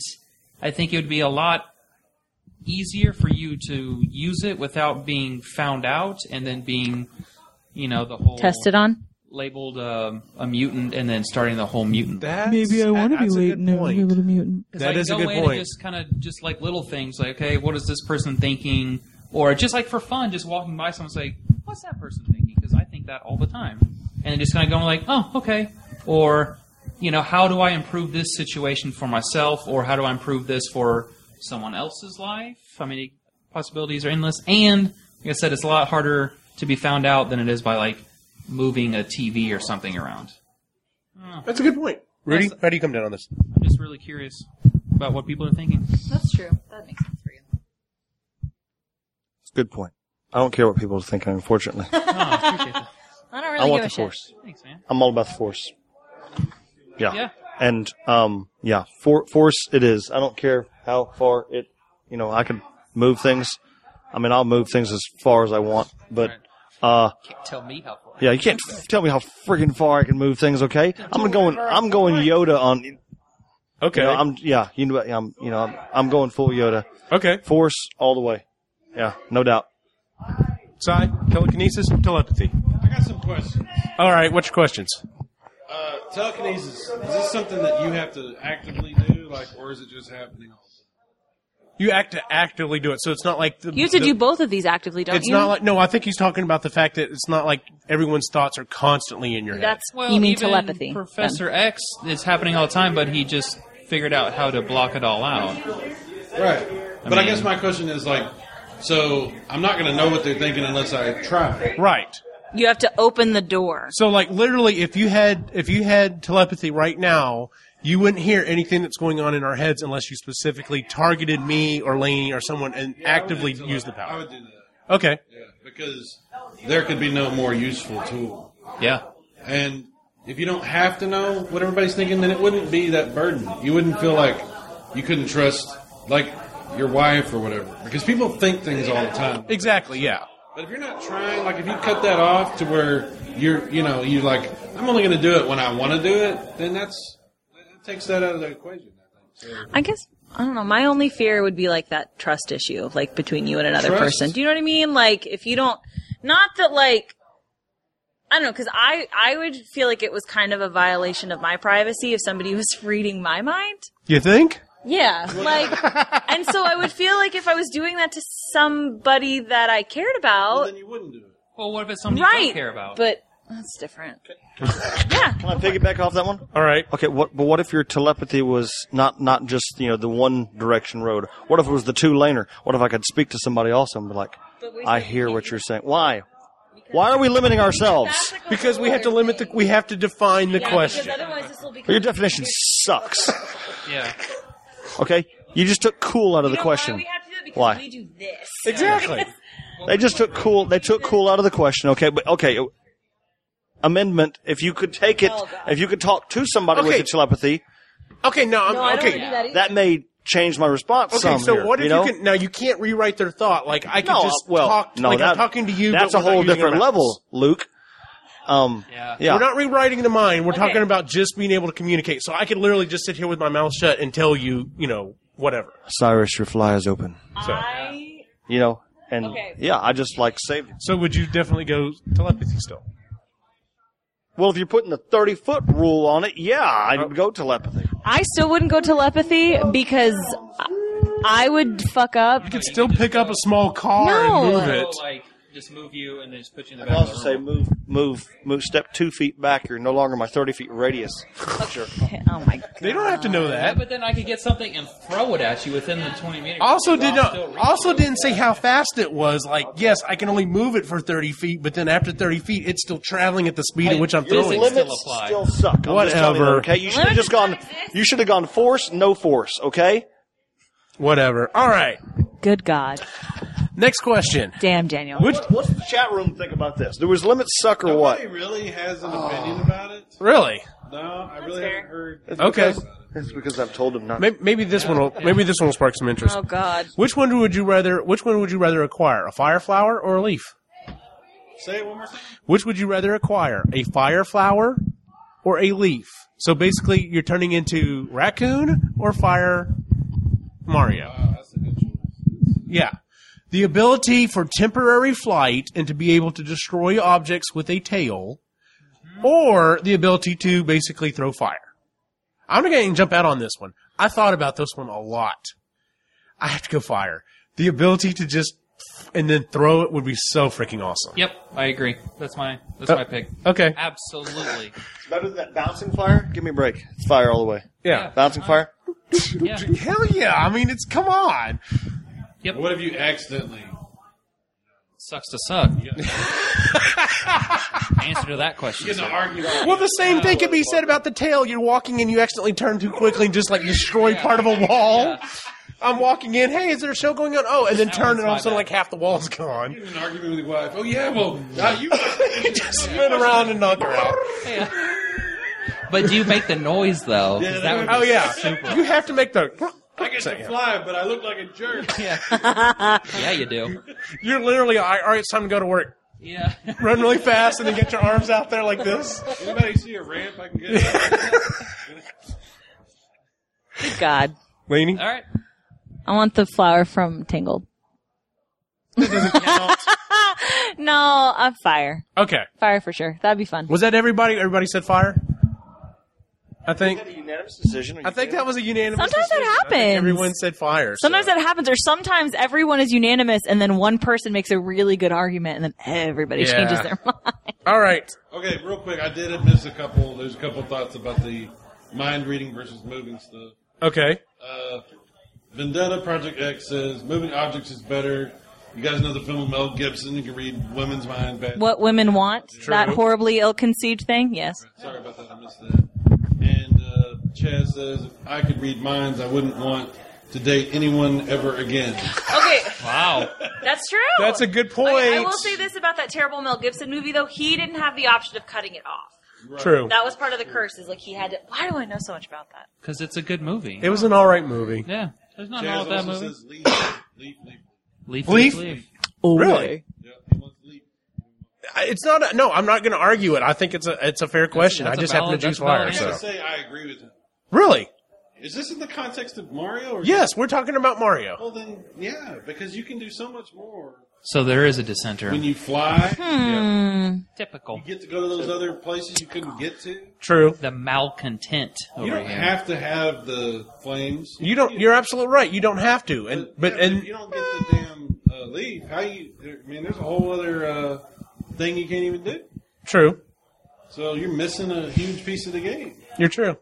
S3: I think it would be a lot easier for you to use it without being found out and then being, you know, the whole
S4: tested on.
S3: labeled um, a mutant and then starting the whole mutant.
S1: That's-
S9: Maybe I want to be
S1: that's a
S9: late
S1: good
S9: and I want to be a
S1: point.
S9: little mutant.
S3: 'Cause,
S1: That
S3: like,
S1: is a
S3: no
S1: good
S3: way
S1: point.
S3: To just kind of just like little things like, okay, what is this person thinking? Or just like for fun, just walking by someone's like, what's that person thinking? Because I think that all the time, and then just kind of going like, oh, okay, or you know, how do I improve this situation for myself, or how do I improve this for someone else's life? I mean, possibilities are endless, and like I said, it's a lot harder to be found out than it is by like moving a TV or something around.
S1: That's a good point. Rudy,
S3: That's-
S1: how do you come down on this?
S3: I'm just really curious about what people are thinking.
S4: That's true. That makes sense for you.
S6: It's a good point. I don't care what people think, unfortunately.
S4: I don't really
S6: I want
S4: give
S6: the
S4: a shit.
S6: force.
S3: Thanks, man.
S6: I'm all about the force. Yeah.
S3: Yeah.
S6: And um yeah, for, force it is. I don't care how far it you know, I can move things. I mean, I'll move things as far as I want, but uh
S3: Tell me how far.
S6: yeah, you can't f- tell me how freaking far I can move things, okay? I'm going I'm going Yoda on you
S1: Okay.
S6: know, I'm yeah, you know I'm you know, I'm, I'm going full Yoda.
S1: okay.
S6: Force all the way. Yeah, no doubt.
S1: Side telekinesis, telepathy.
S2: I got some questions.
S1: All right. What's your questions?
S2: Uh, telekinesis, is this something that you have to actively do, like, or is it just happening all the
S1: You act to actively do it, so it's not like the,
S4: You have to
S1: the-
S4: do both of these actively, don't
S1: It's
S4: you?
S1: not like no. I think he's talking about the fact that it's not like everyone's thoughts are constantly in your head.
S4: That's
S3: Well,
S4: you mean
S3: even
S4: telepathy.
S3: Professor
S4: then.
S3: X is happening all the time, but he just figured out how to block it all out.
S2: time? Right. but I
S3: mean-
S2: guess my question is, like, so I'm not going to know what they're thinking unless I try.
S1: right.
S4: You have to open the door.
S1: So like literally if you had if you had telepathy right now, you wouldn't hear anything that's going on in our heads unless you specifically targeted me or Laney or someone and actively use the
S2: I
S1: power.
S2: would do that.
S1: Okay.
S2: Yeah, because there could be no more useful tool.
S3: Yeah.
S2: And if you don't have to know what everybody's thinking, then it wouldn't be that burden. You wouldn't feel like you couldn't trust, like, your wife or whatever. Because people think things all the time.
S1: Exactly, yeah.
S2: But if you're not trying, like if you cut that off to where you're, you know, you like, I'm only going to do it when I want to do it, then that's that takes that out of the equation. I think. So,
S4: I guess I don't know. My only fear would be like that trust issue, like between you and another
S2: Trust?
S4: person. Do you know what I mean? Like if you don't, not that like. I don't know, because I, I would feel like it was kind of a violation of my privacy if somebody was reading my mind.
S1: You think?
S4: Yeah, like, and so I would feel like if I was doing that to somebody that I cared
S2: Well,
S4: about,
S2: then you wouldn't do it.
S3: Well, what if it's something you
S4: right?
S3: don't care about?
S4: but that's different. yeah,
S6: Can I piggyback off that one?
S1: All right.
S6: Okay, what, but what if your telepathy was not, not just, you know, the one direction road? What if it was the two laner? What if I could speak to somebody also and be like,
S4: But we
S6: I
S4: said we
S6: hear
S4: can't
S6: what
S4: do
S6: you're saying. Why? Why are we limiting ourselves?
S1: Oh, Because we have to limit the, we have to define the question.
S4: otherwise, this will become
S6: Your definition sucks.
S3: yeah.
S6: Okay? You just took cool out of
S4: You
S6: the
S4: know Why
S6: question.
S4: we have to do that? Because
S6: Why?
S4: we do this.
S1: Exactly.
S6: They just took cool. They took cool out of the question. Okay, but okay. Amendment. If you could take it,
S4: Oh, God.
S6: if you could talk to somebody with
S1: Okay.
S6: your telepathy,
S1: Okay, no, I'm,
S4: No, I don't
S1: okay.
S4: want to do that either.
S6: that may change my response.
S1: Okay,
S6: some
S1: so
S6: here,
S1: what if
S6: you
S1: you,
S6: know?
S1: can now you can't rewrite their thought. Like I can
S6: No,
S1: just
S6: uh, well,
S1: talk
S6: no,
S1: like
S6: that-
S1: I'm talking to you.
S6: That's
S1: but
S6: a whole
S1: without using
S6: different
S1: a mouse.
S6: level, Luke. Um,
S3: Yeah.
S6: yeah.
S1: We're not rewriting the mind. We're
S4: Okay.
S1: talking about just being able to communicate. So I could literally just sit here with my mouth shut and tell you, you know, whatever.
S6: Cyrus, your fly is open.
S4: I
S6: You know, and
S4: Okay.
S6: yeah, I just like saved it.
S1: So would you definitely go telepathy still?
S6: Well, if you're putting the thirty foot rule on it, yeah, I'd
S1: Oh.
S6: go telepathy.
S4: I still wouldn't go telepathy because I- I would fuck up.
S1: You could still pick up a small car and
S4: No.
S1: move it.
S3: So, like, just move you and then just put you in the
S6: I'd
S3: back.
S6: also
S3: of the
S6: say
S3: room.
S6: move, move, move. Step two feet back. You're no longer my thirty feet radius. Sure.
S4: Oh my god.
S1: They don't have to know
S3: Yeah,
S1: that.
S3: but then I could get something and throw it at you within the 20 minutes.
S1: Also
S3: I'll
S1: did
S3: still
S1: not.
S3: reach
S1: Also
S3: you.
S1: didn't say how fast it was. Like, yes, I can only move it for thirty feet, but then after thirty feet, it's still traveling at the speed at
S3: Hey,
S1: which I'm
S3: you're
S1: throwing.
S3: listening-
S1: it.
S3: still apply.
S6: limits still suck. I'm just telling you
S1: Whatever.
S6: that, okay, you should have
S4: Limits
S6: just gone.
S4: don't exist.
S6: You should have gone force, no force. Okay.
S1: Whatever. All right.
S4: Good God.
S1: Next question.
S4: Damn, Daniel.
S1: Which
S6: What's the chat room think about this? There was limits suck or what?
S2: Nobody really has an opinion about it.
S1: really?
S2: No, I really
S4: fair.
S2: haven't heard.
S1: Okay.
S6: It's because I've told them not.
S1: Maybe, maybe this one will. Maybe this one will spark some interest.
S4: Oh God.
S1: Which one would you rather? Which one would you rather acquire? A fire flower or a leaf?
S2: Say it one more time.
S1: Which would you rather acquire? A fire flower or a leaf? So basically, you're turning into raccoon or fire Mario.
S2: Wow, that's a good choice.
S1: Yeah. The ability for temporary flight and to be able to destroy objects with a tail, or the ability to basically throw fire. I'm not going to jump out on this one. I thought about this one a lot. I have to go fire. The ability to just and then throw it would be so freaking awesome.
S3: Yep, I agree. That's my that's my pick.
S1: Okay.
S3: Absolutely.
S6: It's better than that bouncing fire. Give me a break. It's fire all the way.
S1: Yeah.
S6: Bouncing fire.
S3: Yeah.
S1: Hell yeah. I mean, it's come on.
S3: Yep.
S2: What if you accidentally?
S3: Sucks to suck. Answer to that question.
S2: You
S3: sir.
S2: know, argue. about it.
S1: Well, the same thing could be said about the tail. You're walking and you accidentally turn too quickly and just like destroy part of a wall. I'm walking in. Hey, is there a show going on? Oh, and then turn,
S3: one's
S1: and all of
S3: my
S1: a sudden,
S3: bad.
S1: like half the wall's gone.
S2: You have an argument with your wife. Oh yeah, well, uh, you.
S1: You just spin around and knock her out.
S9: But do you make the noise though? 'Cause that would
S1: Oh yeah, you have to make the.
S2: I get to fly, but I look like a jerk.
S9: be- yeah, you do.
S1: You're literally all right. all right, It's time to go to work.
S3: Yeah.
S1: Run really fast, and then get your arms out there like this.
S2: Anybody see a ramp I can get? on?
S4: Good God.
S1: Laney,
S3: All right.
S4: I want the flower from Tangled. no, I'm fire.
S1: okay.
S4: Fire for sure. That'd be fun.
S1: Was that everybody? Everybody said fire. I think.
S6: Unanimous decision.
S1: I think that was a unanimous.
S4: Sometimes that
S1: decision. I think
S4: happens.
S1: Everyone said fire. so-
S4: Sometimes that happens, or sometimes everyone is unanimous, and then one person makes a really good argument, and then everybody
S1: Yeah.
S4: changes their mind.
S1: All right.
S2: okay, real quick, I did miss a couple. There's a couple thoughts about the mind reading versus moving stuff.
S1: Okay.
S2: Uh, Vendetta Project X says moving objects is better. You guys know the film Mel Gibson. You can read women's mind. Bad.
S4: What women want? That horribly ill-conceived thing? Yes.
S2: Sorry about that. I missed that. And uh, Chaz says if I could read minds, I wouldn't want to date anyone ever again.
S4: Okay,
S3: Wow.
S4: that's true.
S1: That's a good point.
S4: Okay, I will say this about that terrible Mel Gibson movie, though. He didn't have the option of cutting it off.
S1: True.
S4: That was part of the curse, is like he had to. Why do I know so much about that?
S3: Because it's a good movie.
S1: It was an all right movie.
S3: Yeah. There's nothing
S2: Chaz
S3: wrong with that
S2: also
S3: movie.
S2: says leaf, leaf, leaf.
S1: Leaf?
S3: Leaf. Leaf. leaf.
S1: Really?
S2: Yeah, he wants leaf.
S1: It's not. A, no, I'm not going to argue it. I think it's a it's a fair question.
S3: that's
S1: I just
S3: a
S1: happen to
S3: valid-
S1: choose
S3: that's a valid
S1: fire.
S2: I gotta
S1: So
S3: answer.
S2: say I agree with him.
S1: really,
S2: Is this in the context of Mario? Or
S1: yes, we're talking about Mario.
S2: Well, then, yeah, because you can do so much more
S3: So there is a dissenter.
S2: When you fly,
S3: Typical.
S2: you get to go to those other places you couldn't get to.
S1: True.
S3: The malcontent
S2: You
S3: over
S2: don't
S3: here.
S2: have to have the flames.
S1: You don't. You're absolutely right. You don't have to. And but
S2: yeah,
S1: and
S2: if you don't get the damn uh, leave, how you? there- I mean, there's a whole other uh, thing you can't even do.
S1: true.
S2: So you're missing a huge piece of the game.
S1: You're true.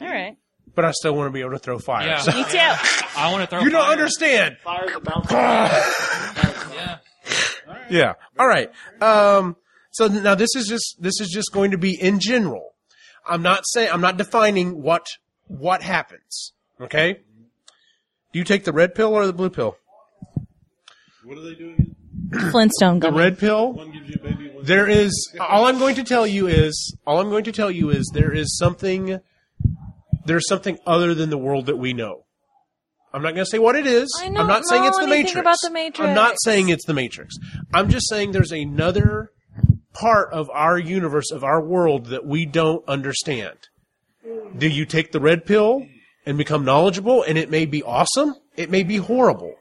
S4: All right.
S1: But I still want to be able to throw fire.
S3: Yeah.
S1: So-
S4: Me too.
S3: I want to throw.
S1: you don't
S3: fire.
S1: understand.
S6: Fire the
S3: Yeah.
S1: Yeah. All right. Um, so th- now this is just this is just going to be in general. I'm not saying I'm not defining what what happens. Okay. Do you take the red pill or the blue pill?
S2: What do they do again?
S4: Flintstone gummy.
S1: Red pill.
S2: One gives you a baby. One
S1: There is all I'm going to tell you is all I'm going to tell you is there is something there's something other than the world that we know. I'm not going to say what it is.
S4: I
S1: I'm
S4: don't
S1: not saying it's
S4: know
S1: the
S4: anything
S1: Matrix.
S4: about the Matrix.
S1: I'm not saying it's the Matrix. I'm just saying there's another part of our universe of our world that we don't understand. Do you take the red pill and become knowledgeable and it may be awesome? It may be horrible.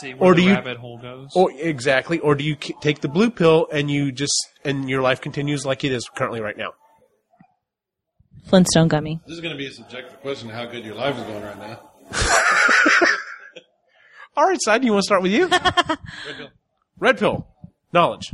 S3: See where
S1: Or
S3: the
S1: do you-
S3: rabbit hole goes.
S1: Or exactly, or do you k- take the blue pill and you just and your life continues like it is currently right now?
S4: Flintstone gummy.
S2: This is going to be a subjective question: How good your life is going right now?
S1: All right, side. You want to start with you? Red
S2: pill.
S1: Red pill. Knowledge.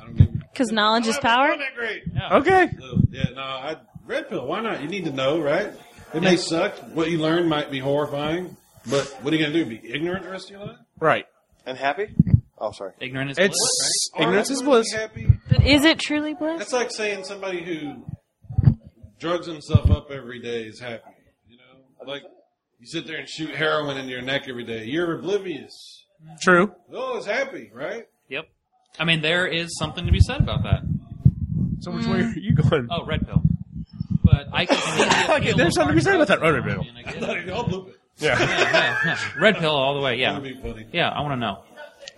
S2: I don't give.
S4: Because knowledge is power.
S2: Not that great.
S1: Okay.
S2: So, yeah, no, I red pill. Why not? You need to know, right? It may suck. What you learn might be horrifying, but what are you going to do? Be ignorant the rest of your life?
S1: Right.
S6: And happy? Oh, sorry.
S3: Ignorant is bliss.
S1: It's
S2: All
S1: ignorance
S2: right,
S1: is
S2: why don't
S1: bliss.
S2: you be Happy.
S4: But is it truly bliss?
S2: That's like saying somebody who drugs himself up every day is happy. You know, like you sit there and shoot heroin into your neck every day. You're oblivious.
S1: True.
S2: Oh, it's happy, right?
S3: Yep. I mean, there is something to be said about that.
S1: So which
S2: Mm.
S1: way are you going?
S3: Oh, red pill. But I can see the
S1: Okay,
S3: appeal
S1: there's
S3: of
S1: something to be said about that
S3: hard
S1: red pill.
S3: drugs. I mean, I get it.
S2: I'll bloop it.
S1: Yeah.
S3: Yeah, yeah. Red pill all the way. Yeah.
S2: That'd be funny.
S3: Yeah, I want to know.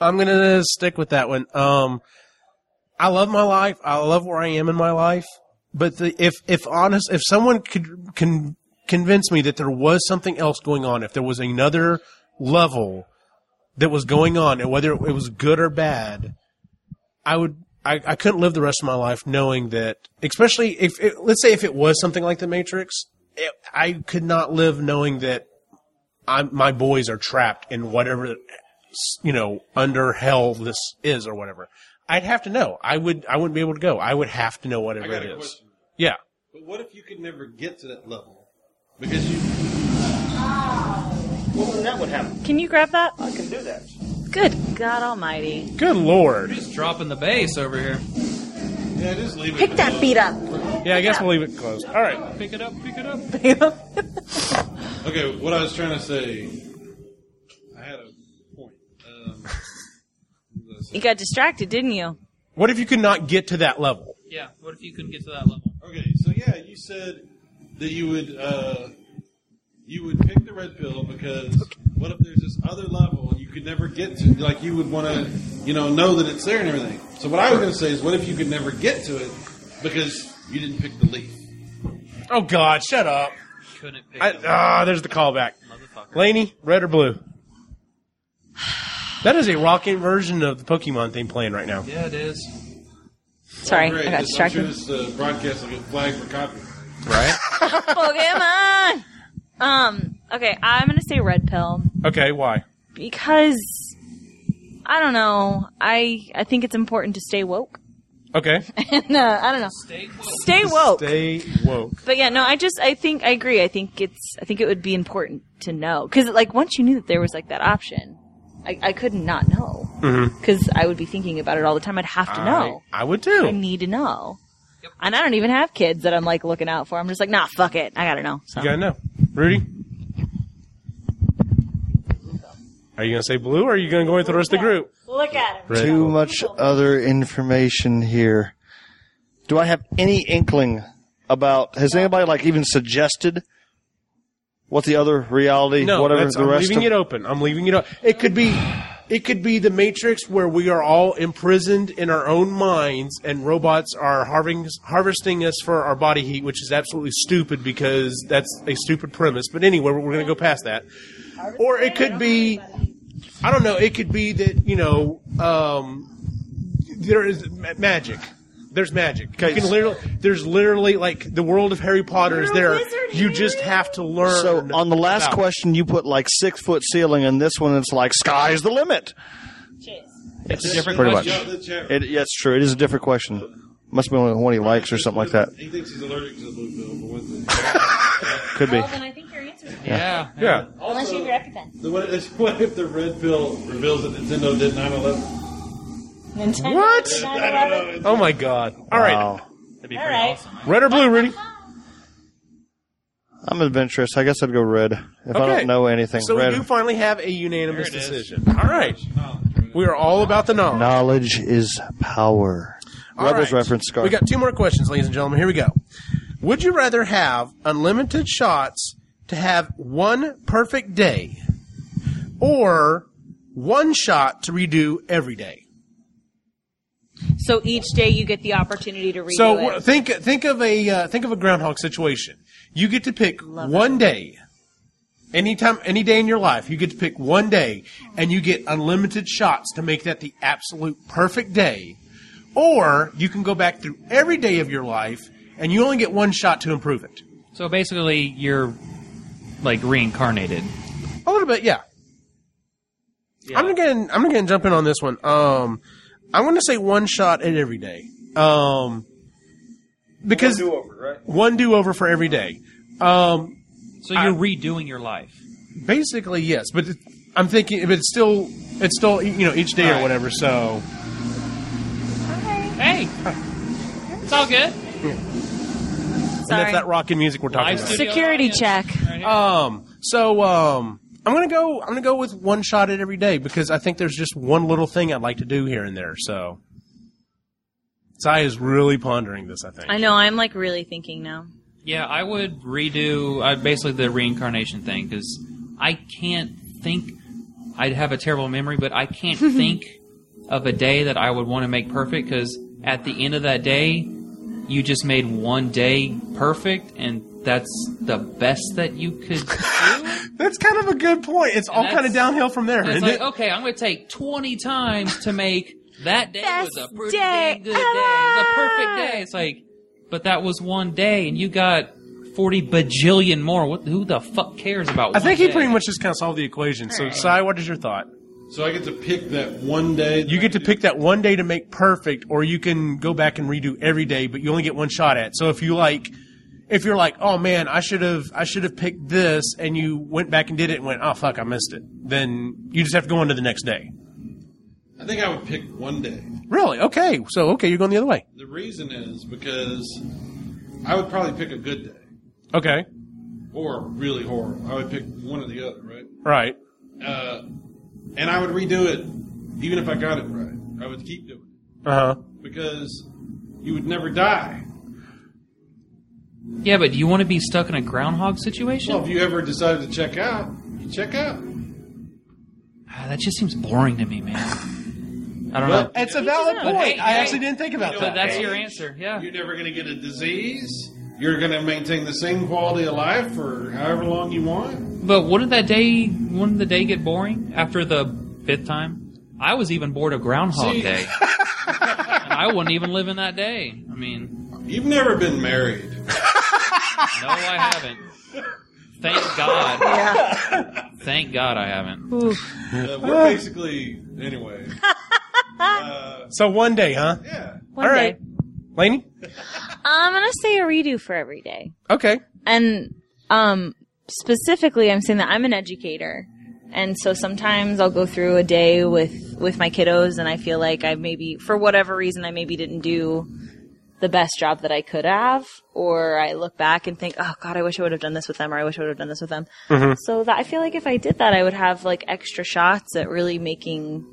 S1: I'm gonna stick with that one. Um, I love my life. I love where I am in my life. But the, if if honest, if someone could can convince me that there was something else going on, if there was another level that was going on, and whether it was good or bad, I would. I, I couldn't live the rest of my life knowing that, especially if it, let's say if it was something like the Matrix, it, I could not live knowing that I'm, my boys are trapped in whatever you know, under hell this is or whatever. I'd have to know. I would. I wouldn't be able to go. I would have to know
S2: I
S1: whatever
S2: got
S1: it is.
S2: a question.
S1: Yeah.
S2: But what if you could never get to that level because you
S6: Well, then that would happen.
S4: Can you grab that?
S6: I can do that.
S4: Good God Almighty.
S1: Good lord.
S9: Just dropping the bass over here.
S2: yeah, just leave it.
S4: Pick that beat up.
S1: Yeah. I guess we'll leave it closed. All right.
S3: Pick it up. Pick it up.
S2: Okay, what I was trying to say, I had a point. Um, what was I
S4: You
S2: saying?
S4: got distracted, didn't you?
S1: What if you could not get to that level?
S3: Yeah. What if you couldn't get to that level?
S2: okay, so yeah, you said that you would uh, you would pick the red pill because what if there's this other level you could never get to? Like you would want to, you know, know that it's there and everything. So what I was going to say is, what if you could never get to it because you didn't pick the leaf?
S1: Oh God! Shut up.
S3: Couldn't pick.
S1: I,
S3: it up.
S1: ah, there's the callback.
S3: Motherfucker.
S1: Laney, red or blue? That is a rocking version of the Pokemon theme playing right now.
S3: Yeah, it is.
S4: Sorry,
S1: Oh,
S2: Great,
S4: I got
S2: just- I'm sure
S4: distracted.
S2: this uh, broadcast will get flagged for
S1: Right.
S2: copyright.
S4: Pokemon! Um, okay, I'm gonna say red pill
S1: okay. Why?
S4: because I don't know. I I think it's important to stay woke.
S1: Okay.
S4: no, I don't know.
S3: Stay close.
S4: Stay woke.
S1: Stay woke.
S4: But yeah, no, I just I think I agree. I think it's I think it would be important to know because like once you knew that there was like that option, I, I could not know because I would be thinking about it all the time. I'd have to know.
S1: Mm-hmm. I, I would too.
S4: I need to know. And I don't even have kids that I'm like looking out for. I'm just like, nah, fuck it. I gotta know. So
S1: You gotta know. Rudy? Are you gonna say blue or are you gonna go with the rest of the group?
S4: look at him.
S1: Red.
S6: Too much other information here. Do I have any inkling about? Has anybody like even suggested what the other reality?
S1: No,
S6: whatever
S1: that's-
S6: the
S1: I'm
S6: rest
S1: leaving
S6: of
S1: it open. I'm leaving it open. It could be it could be the Matrix where we are all imprisoned in our own minds and robots are harving, harvesting us for our body heat, which is absolutely stupid because that's a stupid premise. But anyway, we're going to go past that. Or it could be I don't know. It could be that you know um, there is ma- magic. There's magic.
S6: Okay,
S1: You can
S6: s-
S1: literally, there's literally like the world of Harry Potter is
S4: You're a
S1: there.
S4: wizard,
S1: You
S4: Harry.
S1: just have to learn.
S6: So on the last
S1: about it.
S6: question, you put like six foot ceiling, and this one it's like sky's the limit.
S3: It's a different
S6: Pretty
S3: question.
S6: much.
S2: Y'all, the chat-
S6: It, yeah, it's true. It is a different question. Must be only one he likes or something like that.
S2: He thinks he's allergic to the blue pill, for one thing.
S6: Could be.
S4: then I think your answer.
S3: Yeah.
S1: yeah,
S4: Unless you have your EpiPen.
S2: The what, if- what if the red pill reveals that Nintendo did 9 11?
S4: Nintendo.
S1: What?
S2: I don't know. It's-
S1: oh my god! All right,
S6: Wow.
S3: That'd be
S4: All
S3: pretty
S4: right.
S3: awesome.
S1: red or blue, Rudy?
S6: I'm adventurous. I guess I'd go red. If I
S1: Okay.
S6: don't know anything,
S1: So
S6: red.
S1: we do finally have a unanimous
S3: There it is.
S1: decision. All right, we are all about the knowledge.
S6: Knowledge is power. Rebels
S1: All right.
S6: reference scar.
S1: We got two more questions, ladies and gentlemen. Here we go. Would you rather have unlimited shots to have one perfect day or one shot to redo every day?
S4: So each day you get the opportunity to redo
S1: So
S4: it.
S1: w- think think of a uh, think of a groundhog situation. You get to pick one day. Anytime any day in your life, you get to pick one day and you get unlimited shots to make that the absolute perfect day. Or you can go back through every day of your life and you only get one shot to improve it.
S3: So basically, you're like reincarnated.
S1: A little bit, yeah. I'm gonna I'm gonna jump in on this one. Um, I'm gonna say one shot at every day. Um, because one do over, right? One do over for every day. Um,
S3: So you're redoing your life.
S1: basically, yes. But it, I'm thinking, but it's still it's still you know each day or
S3: Right.
S1: whatever. So
S3: Hey, it's all good.
S1: and
S4: Sorry.
S1: that's that rockin' music we're talking
S3: Live
S1: about.
S3: studio
S4: Security
S3: audience.
S4: check.
S3: Right here.
S1: Um, so um, I'm gonna go. I'm gonna go with one shot at every day because I think there's just one little thing I'd like to do here and there. So, Zai is really pondering this. I think.
S4: I know. I'm like really thinking now.
S3: Yeah, I would redo uh, basically the reincarnation thing because I can't think. I'd have a terrible memory, but I can't think of a day that I would want to make perfect because at the end of that day, you just made one day perfect, and that's the best that you could do.
S1: That's kind of a good point. It's all
S3: that's-
S1: kind of downhill from there.
S3: And it's
S1: isn't
S3: like,
S1: it?
S3: okay, I'm going to take 20 times to make that day was
S4: Best
S3: a pretty
S4: day
S3: dang good day. The
S4: ever!
S3: perfect day. It's like, but that was one day, and you got 40 bajillion more. What? Who the fuck cares about?
S1: I think
S3: one
S1: he
S3: day?
S1: pretty much just kind of solved the equation. So, Sai, what is your thought?
S2: So I get to pick that one day.
S1: You get to pick that one day to make perfect, or you can go back and redo every day, but you only get one shot at. it. So, if you like, if you're like, oh man, I should have, I should have picked this, and you went back and did it and went, oh fuck, I missed it, then you just have to go on to the next day.
S2: I think I would pick one day.
S1: Really? Okay. So, okay, you're going the other way.
S2: The reason is because I would probably pick a good day
S1: Okay.
S2: or really horrible. I would pick one or the other, right?
S1: Right.
S2: Uh, and I would redo it even if I got it right. I would keep doing it
S1: Uh huh.
S2: because you would never die.
S3: Yeah, but do you want to be stuck in a groundhog situation?
S2: Well, if you ever decided to check out, you check out.
S3: Ah, that just seems boring to me, man. I don't know.
S2: Well,
S1: It's a valid
S3: But
S1: point.
S3: hey,
S1: I
S3: hey,
S1: actually didn't think about
S3: But
S1: that.
S3: that's your answer. Yeah.
S2: You're never going to get a disease. You're going to maintain the same quality of life for however long you want.
S3: But wouldn't that day? Wouldn't the day get boring after the fifth time? I was even bored of Groundhog
S2: See-
S3: Day. and I wouldn't even live in that day. I mean.
S2: You've never been married.
S3: No, I haven't. Thank God. Thank God I haven't.
S2: Uh, we're basically, anyway.
S1: So one day, huh?
S2: Yeah.
S4: One
S1: All
S4: day.
S1: right. Laney?
S4: I'm gonna say a redo for every day.
S1: Okay.
S4: and um specifically i'm saying that i'm an educator and so sometimes i'll go through a day with with my kiddos and i feel like i maybe for whatever reason i maybe didn't do the best job that i could have or i look back and think oh god i wish i would have done this with them or i wish i would have done this with them so that i feel like if i did that i would have like extra shots at really making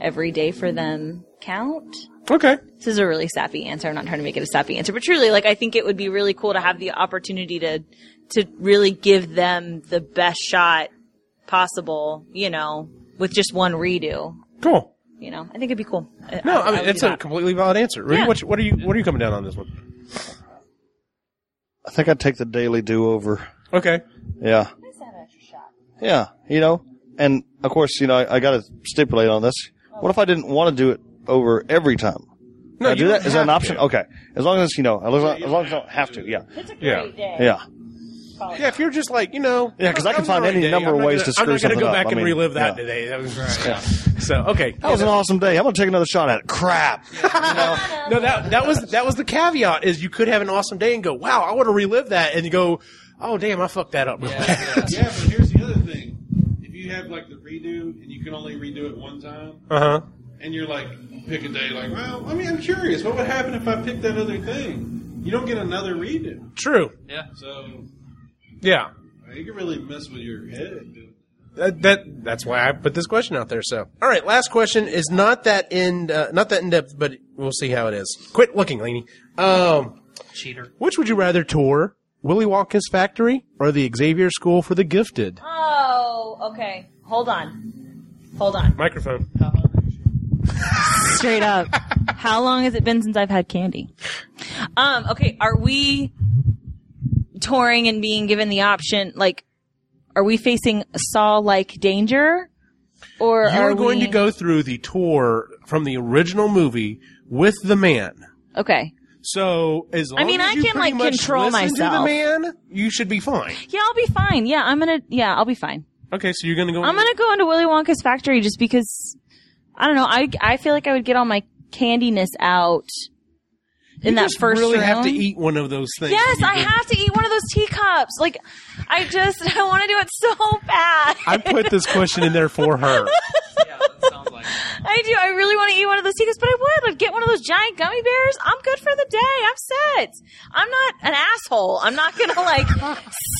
S4: every day for them count
S1: Okay.
S4: this is a really sappy answer. I'm not trying to make it a sappy answer, but truly, like, I think it would be really cool to have the opportunity to, to really give them the best shot possible, you know, with just one redo.
S1: Cool.
S4: You know, I think it'd be cool.
S1: No, I, mean
S4: would
S1: it's
S4: do
S1: a
S4: that.
S1: completely valid answer. Rudy,
S4: Yeah.
S1: what, you- what are you what are you coming down on this one?
S6: I think I'd take the daily do over.
S1: Okay.
S6: Yeah. Yeah, you know, and of course, you know, I, I got to stipulate on this. What if I didn't want to do it over every time? No, I do that? Is that an option? Okay, as long as you know, as long as, as long as I don't have to. Yeah,
S4: It's a
S1: Yeah.
S4: great day.
S6: yeah.
S1: Yeah, if you're just like you know,
S6: Yeah, 'cause I can
S1: I'm
S6: find
S1: alright,
S6: any
S1: Dave.
S6: number
S1: I'm
S6: of
S1: not
S6: ways
S1: gonna-
S6: to screw
S1: I'm not gonna
S6: something
S1: go
S6: up.
S1: back
S6: I
S1: and
S6: mean,
S1: relive that
S6: yeah.
S1: today. That was right. So okay,
S6: That was an awesome day. I'm gonna take another shot at it. Crap.
S1: no, that that was that was the caveat is you could have an awesome day and go, wow, I want to relive that, and you go, oh damn, I fucked that up. real bad."
S2: yeah, but here's the other thing. If you have like the redo and you can only redo it one time,
S1: Uh-huh.
S2: and you're like pick a day, like, well, I mean, I'm curious, what would happen if I picked that other thing? You don't get another redo,
S1: True.
S3: Yeah.
S2: so uh,
S1: Yeah.
S2: you can really mess with your head. dude.
S1: That, that that's why I put this question out there. So, all right, last question is not that in uh, not that in depth, but we'll see how it is. Quit looking, Lainey. Um,
S3: Cheater.
S1: which would you rather tour, Willy Wonka's factory or the Xavier School for the Gifted?
S4: Oh, okay. Hold on. Hold on.
S1: Microphone.
S4: Straight up. How long has it been since I've had candy? Um, okay, are we touring and being given the option like are we facing saw like danger? Or
S1: You
S4: are
S1: are going
S4: we-
S1: to go through the tour from the original movie with the man.
S4: Okay.
S1: So as long
S4: mean,
S1: as
S4: I
S1: you
S4: can,
S1: pretty
S4: like,
S1: much
S4: control
S1: listen to the
S4: myself.
S1: man, you should be fine.
S4: Yeah, I'll be fine. Yeah, I'm gonna yeah, I'll be fine.
S1: Okay, so you're going to go.
S4: I'm gonna go into Willy Wonka's factory just because I don't know, I I feel like I would get all my candiness out in
S1: you
S4: that
S1: just
S4: first
S1: really
S4: room.
S1: have to eat one of those things.
S4: Yes,
S1: You
S4: I
S1: can-
S4: have to eat one of those teacups. Like, I just I want to do it so bad.
S1: I put this question in there for her.
S3: Yeah, that sounds like
S4: I do. I really want to eat one of those teacups, but I would. I'd get one of those giant gummy bears. I'm good for the day. I'm set. I'm not an asshole. I'm not gonna like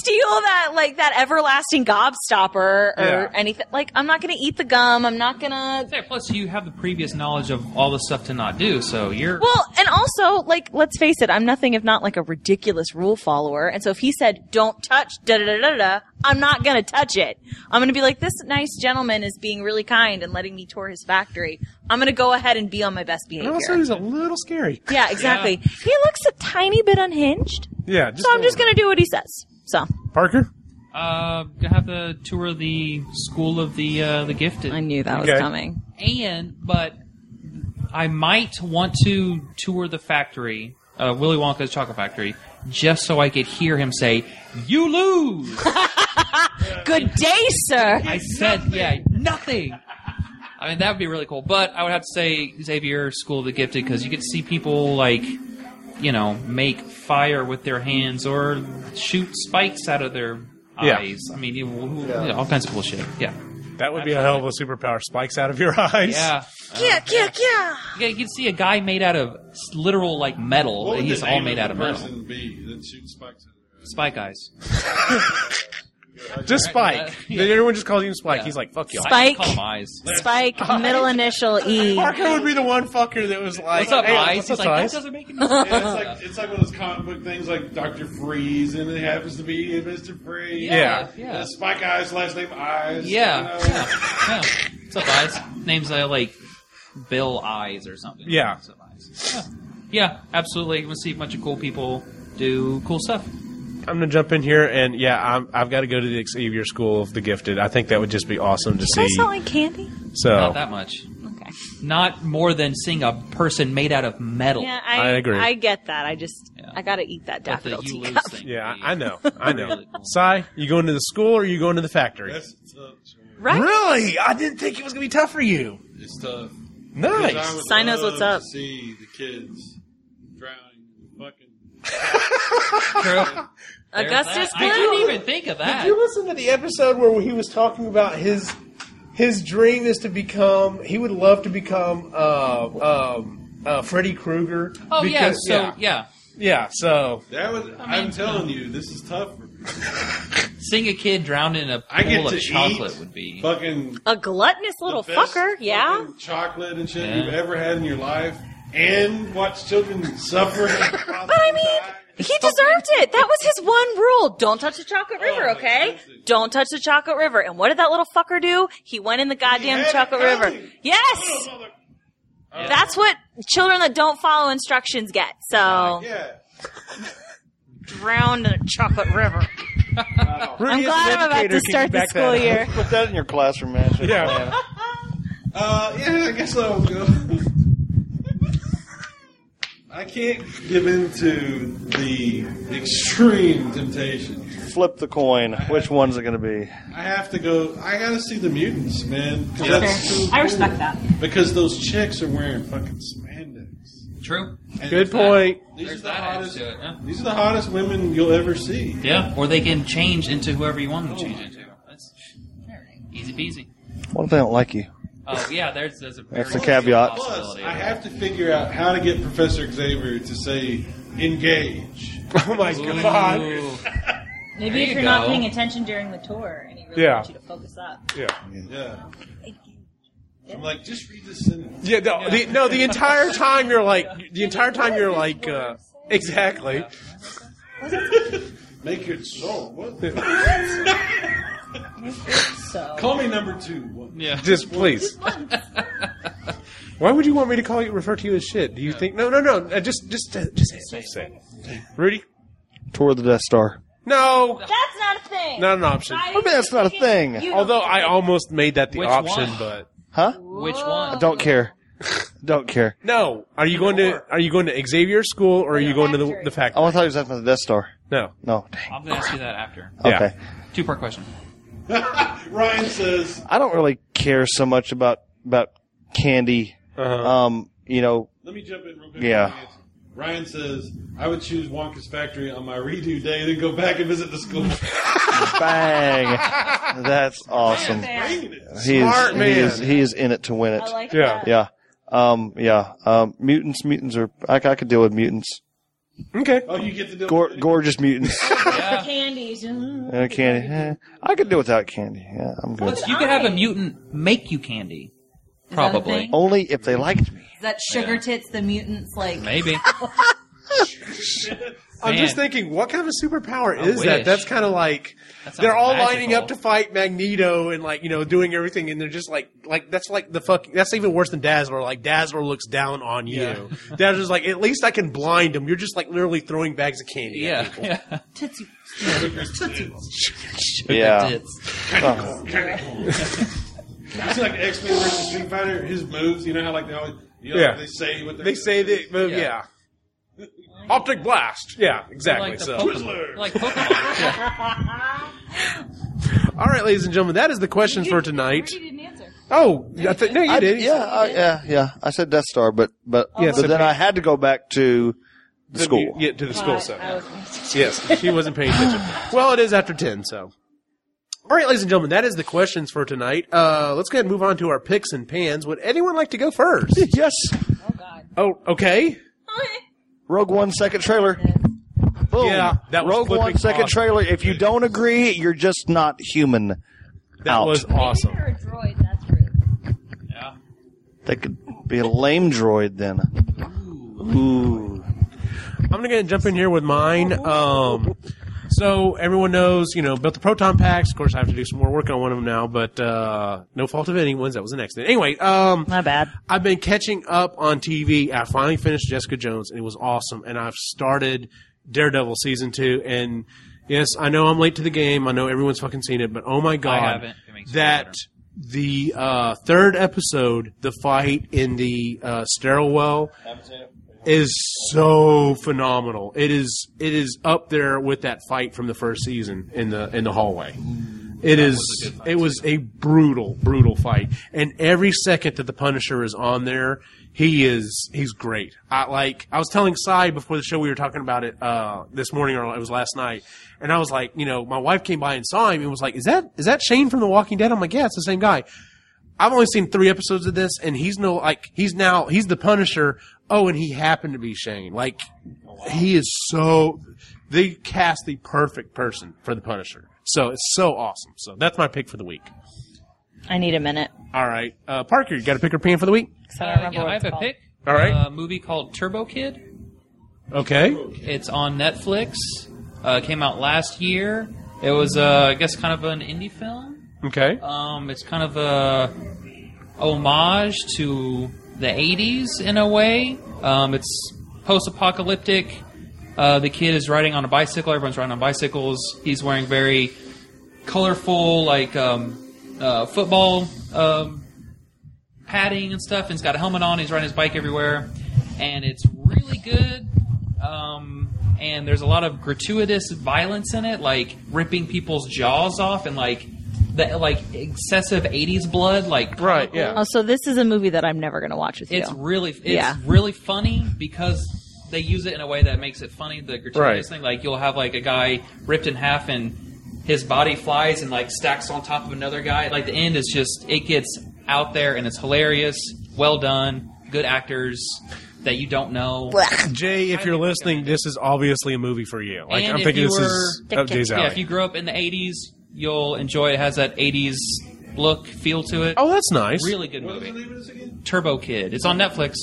S4: steal that like that everlasting gobstopper or
S1: Yeah.
S4: anything. Like, I'm not gonna eat the gum. I'm not gonna
S3: Yeah, plus you have the previous knowledge of all the stuff to not do, so you're
S4: Well, and also, like, let's face it, I'm nothing if not like a ridiculous rule follower. And so if he said, don't touch, da da da da da, I'm not gonna touch it. I'm gonna be like, this nice gentleman is being really kind and letting me tour his factory. I'm gonna go ahead and be on my best
S1: And
S4: behavior.
S1: also, he's a little scary.
S4: yeah, exactly. He looks a tiny bit unhinged,
S1: Yeah, just
S4: so I'm just gonna do what he says. So,
S1: Parker.
S3: uh gonna have to tour the school of the uh, the gifted.
S4: I knew that was
S1: Okay.
S4: coming.
S3: and but I might want to tour the factory, uh, Willy Wonka's chocolate factory, just so I could hear him say, "You lose."
S4: Good day, sir!
S3: I said, "Yeah, nothing." I mean, that would be really cool, but I would have to say Xavier School of the Gifted because you get to see people like, you know, make fire with their hands or shoot spikes out of their
S1: Yeah.
S3: eyes. I mean, you, you know, all kinds of cool shit. Yeah,
S1: That would be a hell of a superpower. Spikes out of your eyes.
S3: yeah.
S4: Yeah, yeah, yeah!
S3: You get- you can see a guy made out of s- literal like metal.
S2: What would
S3: He's
S2: the
S3: all
S2: name
S3: made
S2: of
S3: out of
S2: the
S3: metal.
S2: person be that shoots spikes? out of
S3: Spike Eyes.
S1: Just Spike.
S3: Uh, yeah.
S1: Everyone just calls him Spike.
S3: Yeah.
S1: He's like, fuck y'all.
S4: Spike.
S3: I call him Eyes.
S4: Spike, middle initial E.
S1: Parker would be the one fucker that was like,
S3: What's up,
S1: "Hey,
S3: Eyes?
S1: what's
S3: He's
S1: up,
S3: like, that
S1: Eyes?"
S3: doesn't make any sense.
S2: their- Yeah, it's like it's like one of those comic book things, like Doctor Freeze, and it happens to be Mister Freeze.
S1: Yeah.
S3: Yeah.
S2: Uh, Spike Eyes, last name Eyes.
S3: Yeah.
S2: you know.
S3: Yeah. yeah. What's up, Eyes? Name's uh, like Bill Eyes or something.
S1: Yeah.
S3: What's up, Eyes? Yeah. yeah, absolutely. We'll see a bunch of cool people do cool stuff.
S1: I'm gonna jump in here and yeah, I'm, I've got to go to the Xavier School of the Gifted. I think that would just be awesome to
S4: Does
S1: see.
S4: that sound like candy?
S1: So
S3: Not that much.
S4: Okay.
S3: Not more than seeing a person made out of metal.
S4: Yeah,
S1: I
S4: I,
S1: agree.
S4: I get that. I just
S3: Yeah.
S4: I gotta eat that
S3: But the
S4: daffodil
S3: you lose
S4: teacup.
S3: thing.
S1: yeah,
S3: would be-
S1: I know, I know.
S3: Really cool.
S1: Sai, you going to the school or you going to the factory?
S2: That's tough. George.
S4: Right?
S1: Really? I didn't think it was gonna be tough for you.
S2: It's tough.
S1: Nice.
S4: Sign knows what's up.
S2: To see the kids drowning, in fucking.
S3: True.
S4: Augustus
S3: I didn't
S4: Clooney.
S3: even think of
S1: Did
S3: that.
S1: you listen to the episode where he was talking about his his dream is to become? He would love to become uh, um, uh, Freddy Krueger.
S3: Oh yeah,
S1: because-
S3: so yeah.
S1: yeah. So
S2: That was. I am telling you, this is tough for me.
S3: Seeing a kid drowned in a
S2: I get
S3: pool
S2: to
S3: of chocolate
S2: eat
S3: would be
S2: fucking
S4: A gluttonous little
S2: the best
S4: fucker, yeah.
S2: fucking Chocolate and shit
S3: Yeah.
S2: you've ever had in your life, and watch children suffer.
S4: But I mean, he deserved it. That was his one rule. Don't touch the chocolate river,
S2: my
S4: okay?
S2: goodness.
S4: Don't touch the chocolate river. And what did that little fucker do? He went in the goddamn
S2: had it
S4: chocolate river.
S2: coming.
S4: Yes! That's what children that don't follow instructions get. So,
S2: yeah.
S4: drowned in a chocolate river.
S1: Rudy
S4: I'm
S1: is
S4: glad
S1: an
S4: I'm about
S1: educator. Can
S4: to
S1: you
S4: start the
S1: back that
S4: school
S1: up?
S4: year.
S6: Put that in your classroom, man.
S1: Yeah.
S2: Uh, yeah, I guess I'll go. I can't give in to the extreme temptation.
S6: Flip the coin. Which one's it going to be?
S2: I have to go. I gotta see the mutants, man. 'cause that's so
S4: I respect
S2: cool.
S4: that.
S2: Because those chicks are wearing fucking spandex.
S3: True.
S2: And
S10: Good point.
S2: These are,
S3: There's
S2: the
S3: that edge
S2: hottest,
S3: to it. Yeah.
S2: these are the hottest women you'll ever see.
S3: Yeah, or they can change into whoever you want them to change into. That's easy peasy.
S6: What if they don't like you?
S3: Oh yeah, there's there's a
S6: That's
S3: very
S6: the caveat.
S3: real
S2: Plus,
S3: possibility.
S2: I have to figure out how to get Professor Xavier to say engage.
S10: Oh my god.
S3: Ooh.
S4: Maybe
S3: There
S4: if
S3: you
S4: you're not
S3: go.
S4: paying attention during the tour and he really
S10: Yeah.
S4: wants you to focus up.
S10: Yeah.
S2: Yeah. I'm like, just read this sentence.
S10: Yeah, no, The, no, the entire time you're like, the entire time you're like, uh, exactly.
S2: Make it so. What?
S4: So
S2: Call me number two. What?
S3: Yeah.
S10: Just please. Why would you want me to call you, refer to you as shit? Do you think? No, no, no. uh, Just, just, uh, just say it. Say it. Rudy?
S6: Toward the Death Star.
S10: No,
S4: that's not a thing.
S10: not an option.
S4: I-
S6: Maybe that's not a thing.
S4: You don't
S10: Although
S4: get
S10: I
S4: it.
S10: almost made that the
S3: Which
S10: option,
S3: one?
S10: but
S6: Huh?
S3: Which one?
S6: Don't care. Don't care.
S10: no. Are you going to Are you going to Xavier School or are you going to the, the
S6: I
S10: factory?
S6: thought he was after the Death Star.
S10: No.
S6: No, dang.
S3: I'm gonna ask you that after.
S10: Yeah.
S6: Okay.
S3: Two part question.
S2: Ryan says
S6: I don't really care so much about about candy.
S10: Oh. Uh-huh.
S6: Um, you know,
S2: Let me jump in real quick.
S6: Yeah.
S2: Ryan says, I would choose Wonka's factory on my redo day, then go back and visit the school.
S6: bang. That's awesome. He is,
S10: Smart
S6: He
S10: man.
S6: is, he is in it to win it.
S4: I like
S10: Yeah.
S4: yeah.
S6: yeah. Um, yeah. Um, mutants, mutants are, I, I could deal with mutants.
S10: Okay.
S2: oh, you get to do
S6: Gor- gorgeous mutants.
S4: that. Candies. mm.
S6: and candy. eh, I could do without candy. Yeah, I'm good.
S3: You could have a mutant make you candy.
S4: that a
S3: Probably.
S4: thing?
S6: Only if they liked me.
S4: Is that sugar tits the mutants like
S3: Maybe.
S10: I'm just
S3: Man.
S10: thinking, what kind of a superpower
S3: I
S10: is that?
S3: wish.
S10: That's kind of like
S3: That sounds
S10: they're all lining
S3: magical.
S10: up to fight Magneto and like you know doing everything, and they're just like like that's like the fuck. That's even worse than Dazzler. Like Dazzler looks down on you. Dazzler's like, at least I can blind him. You're just like literally throwing bags of candy. At
S3: Yeah.
S10: people.
S3: yeah.
S4: tootsie?
S6: Yeah.
S3: Tits.
S2: It's like X Men versus Street Fighter. His moves, you know how like they always, you know,
S10: Yeah.
S2: they say what they're
S10: They say that, but yeah.
S3: Yeah.
S10: Optic blast. Yeah, exactly.
S3: Like the
S10: so,
S3: Pokemon. Like Pokemon. Yeah.
S10: all right, ladies and gentlemen, that is the question for tonight.
S4: Rudy didn't answer.
S10: Oh, I thi- no, you
S6: I,
S10: did.
S6: yeah, I, yeah, yeah. I said Death Star, but but,
S10: Yes,
S6: but then
S10: okay.
S6: I had to go back to the
S10: The-
S6: school.
S10: Yeah, to the school. So,
S4: I was-
S10: Yes, she wasn't paying attention. Well, it is after 10, so. All right, ladies and gentlemen, that is the questions for tonight. Uh, let's go ahead and move on to our picks and pans. Would anyone like to go first?
S6: Yes,
S4: Oh God.
S10: Oh, okay.
S6: Rogue One second trailer. Boom.
S10: Yeah, that was
S6: Rogue One
S10: flipping
S6: second
S10: awesome.
S6: trailer. If you don't agree, you're just not human.
S10: That
S6: Out.
S10: was awesome.
S4: You're a droid. That's rude.
S6: That could be a lame droid then. Ooh.
S10: I'm going to go ahead and jump in here with mine. Um, so everyone knows, you know, built the proton packs. Of course, I have to do some more work on one of them now, but uh, no fault of anyone's. That was an accident. Anyway, um,
S4: Not bad.
S10: I've been catching up on TV. I finally finished Jessica Jones, and it was awesome. And I've started Daredevil season two. And yes, I know I'm late to the game. I know everyone's fucking seen it, but oh my god,
S3: haven't. It makes me
S10: that
S3: better.
S10: the uh, third episode, the fight in the uh, sterile well, is so phenomenal. It is it is up there with that fight from the first season in the in the hallway. It is. it was a brutal, brutal fight, and every second that the Punisher is on there, he is he's great. I like. I was telling Cy before the show we were talking about it uh, this morning or it was last night, and I was like, you know, my wife came by and saw him and was like, "Is that is that Shane from The Walking Dead?" I'm like, "Yeah, it's the same guy." I've only seen three episodes of this, and he's no like he's now he's the Punisher. Oh, and he happened to be Shane. Like he is so they cast the perfect person for the Punisher. So it's so awesome. So that's my pick for the week.
S4: I need a minute.
S10: All right, uh, Parker, you got a pick or pan for the week?
S4: So I don't
S3: Uh,
S4: remember
S3: yeah,
S4: what
S3: I
S4: it's
S3: have a
S4: called.
S3: pick.
S10: All right.
S3: A movie called Turbo Kid.
S10: Okay.
S3: It's on Netflix. Uh, it came out last year. It was, uh, I guess, kind of an indie film.
S10: Okay.
S3: Um, it's kind of a homage to the '80s in a way. Um, it's post-apocalyptic. Uh, the kid is riding on a bicycle. Everyone's riding on bicycles. He's wearing very colorful, like um, uh, football um, padding and stuff. And he's got a helmet on. He's riding his bike everywhere, and it's really good. Um, and there's a lot of gratuitous violence in it, like ripping people's jaws off and like the like excessive '80s blood, like
S11: Right, yeah.
S4: Oh, so this is a movie that I'm never going to watch with
S3: it's
S4: you.
S3: really it's
S4: Yeah.
S3: really funny because they use it in a way that makes it funny. The gratuitous
S11: Right.
S3: thing, like you'll have like a guy ripped in half and his body flies and like stacks on top of another guy. Like the end is just it gets out there and it's hilarious. Well done, good actors that you don't know.
S10: Jay, if you're listening, this is obviously a movie for you. Like
S3: And
S10: I'm
S3: if
S10: thinking
S3: you
S10: this is
S3: were-
S10: up Jay's
S3: Yeah, if
S10: alley.
S3: you grew up in the '80s, you'll enjoy. It It has that '80s look feel to it.
S10: oh, that's nice.
S3: Really good
S2: What was the
S3: movie.
S2: name of this again?
S3: Turbo Kid. It's on Netflix.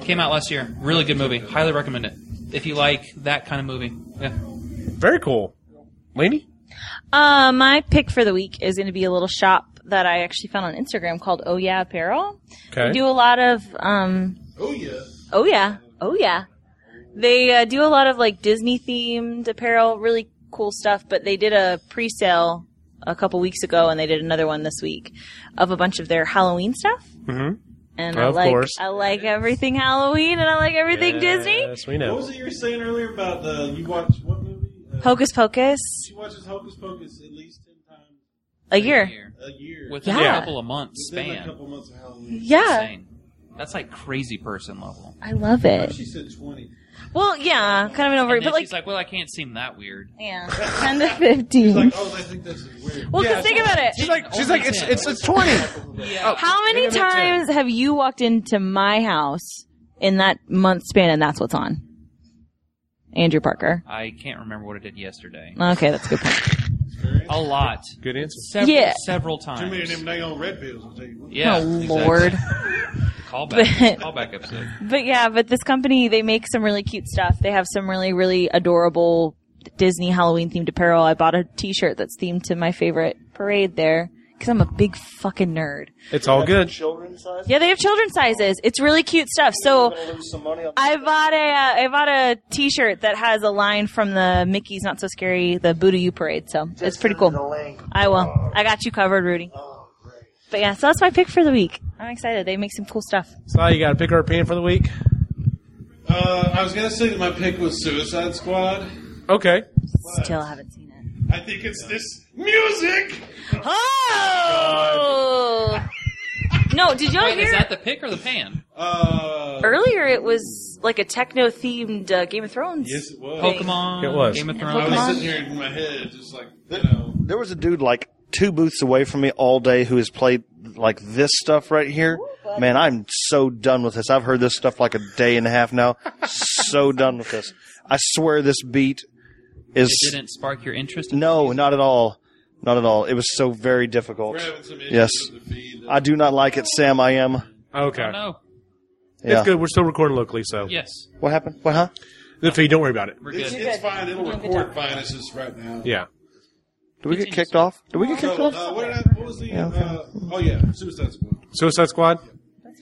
S3: Came out last year. Really good movie. Highly recommend it if you like that kind of movie. Yeah.
S10: Very cool. Laney?
S4: Uh, my pick for the week is going to be a little shop that I actually found on Instagram called Oh Yeah Apparel. They do a lot of um,
S2: Oh yeah.
S4: Oh yeah. Oh yeah. They uh, do a lot of like Disney themed apparel, really cool stuff, but they did a pre-sale a couple weeks ago and they did another one this week of a bunch of their Halloween stuff. Mm-hmm. And I
S10: Of
S4: like
S10: course.
S4: I like everything Halloween and I like everything Disney.
S10: Yes, we
S2: What
S10: know.
S2: was it you were saying earlier about the you watch what movie? Uh,
S4: Hocus Pocus
S2: She watches Hocus Pocus at least ten times
S4: a year.
S2: a year.
S3: Within
S4: Yeah.
S3: a couple of months
S2: Within a
S3: span.
S2: couple months of Halloween.
S4: Yeah,
S3: Insane. That's like crazy person level.
S4: I love it.
S2: She said twenty.
S4: Well, yeah, kind of an over,
S3: Oh, And then
S4: but like,
S3: she's like, well, I can't seem that weird.
S4: yeah, ten to fifteen.
S2: Like, oh, I think that's weird.
S4: well, 'cause think about it.
S10: She's like, she's like, it's
S3: Only
S10: it's it's twenty.
S4: How many
S10: Think about it, too.
S4: times have you walked into my house in that month span and that's what's on? Andrew Parker.
S3: I can't remember what I did yesterday.
S4: Okay, that's a good point.
S3: A lot.
S10: Good answer.
S3: Several,
S4: Yeah.
S3: several
S2: Too many of
S3: times.
S2: them dang old red pills. I'll tell you what.
S3: Yeah.
S4: oh
S3: exactly.
S4: Lord.
S3: Callback.
S4: But-
S3: Callback episode.
S4: But yeah, but this company, they make some really cute stuff. They have some really, really adorable Disney Halloween themed apparel. I bought a t-shirt that's themed to my favorite parade there. Cause I'm a big fucking nerd.
S10: It's all good.
S6: Children's size.
S4: Yeah, they have children's sizes. It's really cute stuff. So
S6: Gonna lose some money on
S4: I bought a uh, I bought a T-shirt that has a line from the Mickey's Not So Scary the Boo to You parade. So it's pretty
S6: the
S4: cool.
S6: link. Oh.
S4: I will. I got you covered, Rudy. But yeah, so that's my pick for the week. I'm excited. They make some cool stuff.
S10: So you got to pick our opinion for the week.
S2: Uh, I was gonna say that my pick was Suicide Squad.
S10: Okay.
S4: Still haven't seen it.
S2: I think it's this music.
S4: Oh! No, did y'all
S3: Wait, is
S4: hear?
S3: that the pick or the pan?
S2: Uh,
S4: Earlier, it was like a techno-themed uh, Game of Thrones.
S2: yes, it was.
S3: Pokemon.
S10: It was.
S3: Game of
S2: I
S3: Thrones.
S2: was sitting here in my head, just like you know.
S6: There was a dude like two booths away from me all day who has played like this stuff right here. Man, I'm so done with this. I've heard this stuff like a day and a half now. so done with this. I swear this beat is
S3: It didn't spark your interest. in-
S6: no, not at all. Not at all. It was so very difficult.
S2: We're having some issues
S6: Yes.
S2: with the feed.
S6: I do not like it, Sam. I am.
S10: Okay.
S3: No.
S6: Yeah.
S10: It's good. We're still recording locally, so
S3: Yes.
S6: What happened? What? Huh?
S10: the fee. Don't worry about it.
S3: We're
S2: It's,
S3: good.
S2: it's fine. It'll record fine. It's just right now.
S10: Yeah.
S6: Did we get kicked off? Did we get
S2: So,
S6: kicked off?
S2: uh, what, did I, what was the? Uh, oh yeah, Suicide Squad.
S10: Suicide Squad.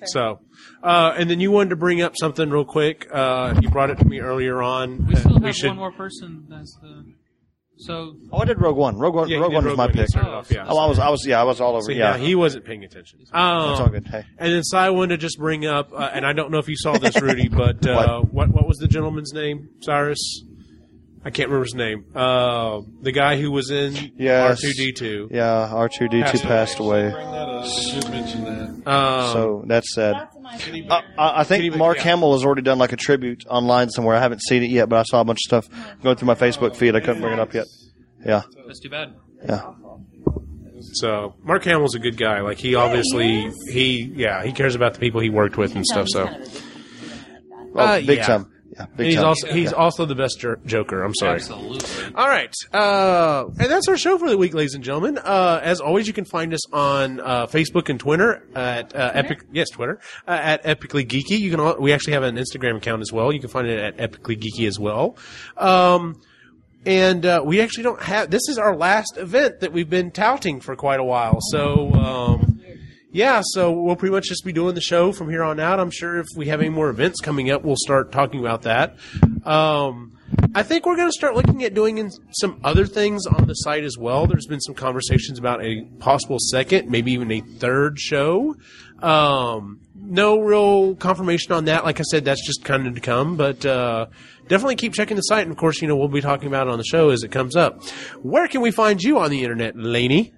S10: So, uh, and then you wanted to bring up something real quick. Uh, you brought it to me earlier on.
S3: We still
S10: Uh,
S3: have
S10: we should.
S3: one more person. That's the. So
S6: Oh, I did Rogue One. Rogue One.
S10: Yeah, you
S6: Rogue
S10: did
S6: One was
S10: Rogue
S6: my
S10: One. You
S6: pick.
S10: started off, yeah.
S6: Oh, I was. I was. Yeah, I was all over.
S10: So,
S6: yeah.
S10: yeah. he wasn't paying attention. Um,
S6: It's all good. Hey.
S10: And then Cy wanted to just bring up, uh, and I don't know if you saw this, Rudy, but uh, what what was the gentleman's name? Cyrus. I can't remember his name. Uh, the guy who was in R
S6: Yes.
S10: two D two.
S6: Yeah, R two D two
S10: Passed away.
S6: passed away.
S2: Bring that up. I should mention that.
S10: Um,
S6: So that's sad.
S2: Anybody-
S6: I, I I think Mark Hamill has already done like a tribute online somewhere. I haven't seen it yet, but I saw a bunch of stuff going through my Facebook feed. I couldn't bring it up yet. Yeah,
S3: that's too bad.
S6: yeah.
S10: So Mark Hamill's a good guy. Like he obviously he yeah he cares about the people he worked with and stuff. So
S6: Oh,
S10: Uh,
S6: big
S10: yeah.
S6: time. Yeah, big
S10: he's
S6: time.
S10: also he's also the best jer- Joker. I'm sorry.
S3: Absolutely.
S10: All right, uh, and that's our show for the week, ladies and gentlemen. Uh, as always, you can find us on uh, Facebook and Twitter at uh, Epic. Yes, Twitter uh, at Epically Geeky. You can all, we actually have an Instagram account as well. You can find it at Epically Geeky as well. Um, and uh, we actually don't have this is our last event that we've been touting for quite a while. So. Um, yeah, so we'll pretty much just be doing the show from here on out. I'm sure if we have any more events coming up, we'll start talking about that. Um, I think we're going to start looking at doing in some other things on the site as well. There's been some conversations about a possible second, maybe even a third show. Um, no real confirmation on that. Like I said, that's just kind of to come, but uh, definitely keep checking the site. And of course, you know, we'll be talking about it on the show as it comes up. Where can we find you on the internet, Laney?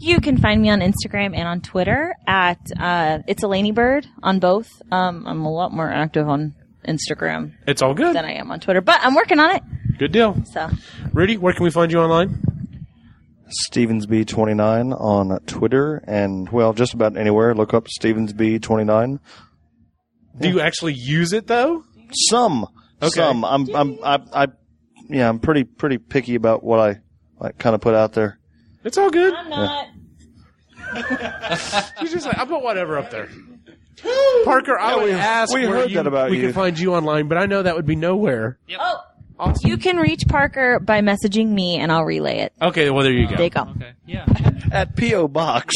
S4: You can find me on Instagram and on Twitter at uh, it's Elaney Bird on both. Um, I'm a lot more active on Instagram
S10: It's all good.
S4: than I am on Twitter, but I'm working on it.
S10: Good deal.
S4: So
S10: Rudy, where can we find you online?
S6: StevensB29 on Twitter and, well, just about anywhere. Look up StevensB29.
S10: Do you actually use it though?
S6: Some. Some. I'm, I'm, I, I, yeah, I'm pretty, pretty picky about what I, like, kind of put out there.
S10: It's all good.
S4: I'm not.
S10: She's just like, I put whatever up there. Parker, I would ask
S6: we
S10: where
S6: heard
S10: you-
S6: that about
S10: we
S6: you.
S10: can find you online, but I know that would be nowhere.
S4: Oh, you can reach Parker by messaging me, and I'll relay it.
S10: Okay, well there you
S4: There
S10: go.
S4: you go.
S3: Okay. Yeah.
S6: At P.O. Box.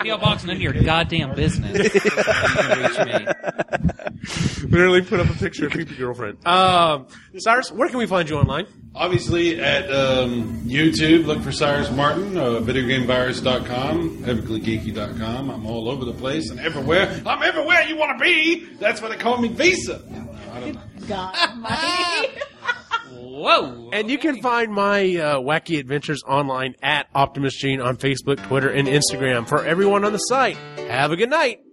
S3: PL box none of your goddamn business. You can reach me.
S10: Literally put up a picture of your girlfriend. Um, Cyrus, where can we find you online?
S2: Obviously, at um, YouTube, look for Cyrus Martin, uh, videogamevirus.com, epicallygeeky.com. I'm all over the place and everywhere. I'm everywhere you want to be. That's why they call me Visa. I don't know.
S3: Whoa.
S10: And you can find my uh, wacky adventures online at Optimus Gene on Facebook, Twitter, and Instagram. For everyone on the site, have a good night.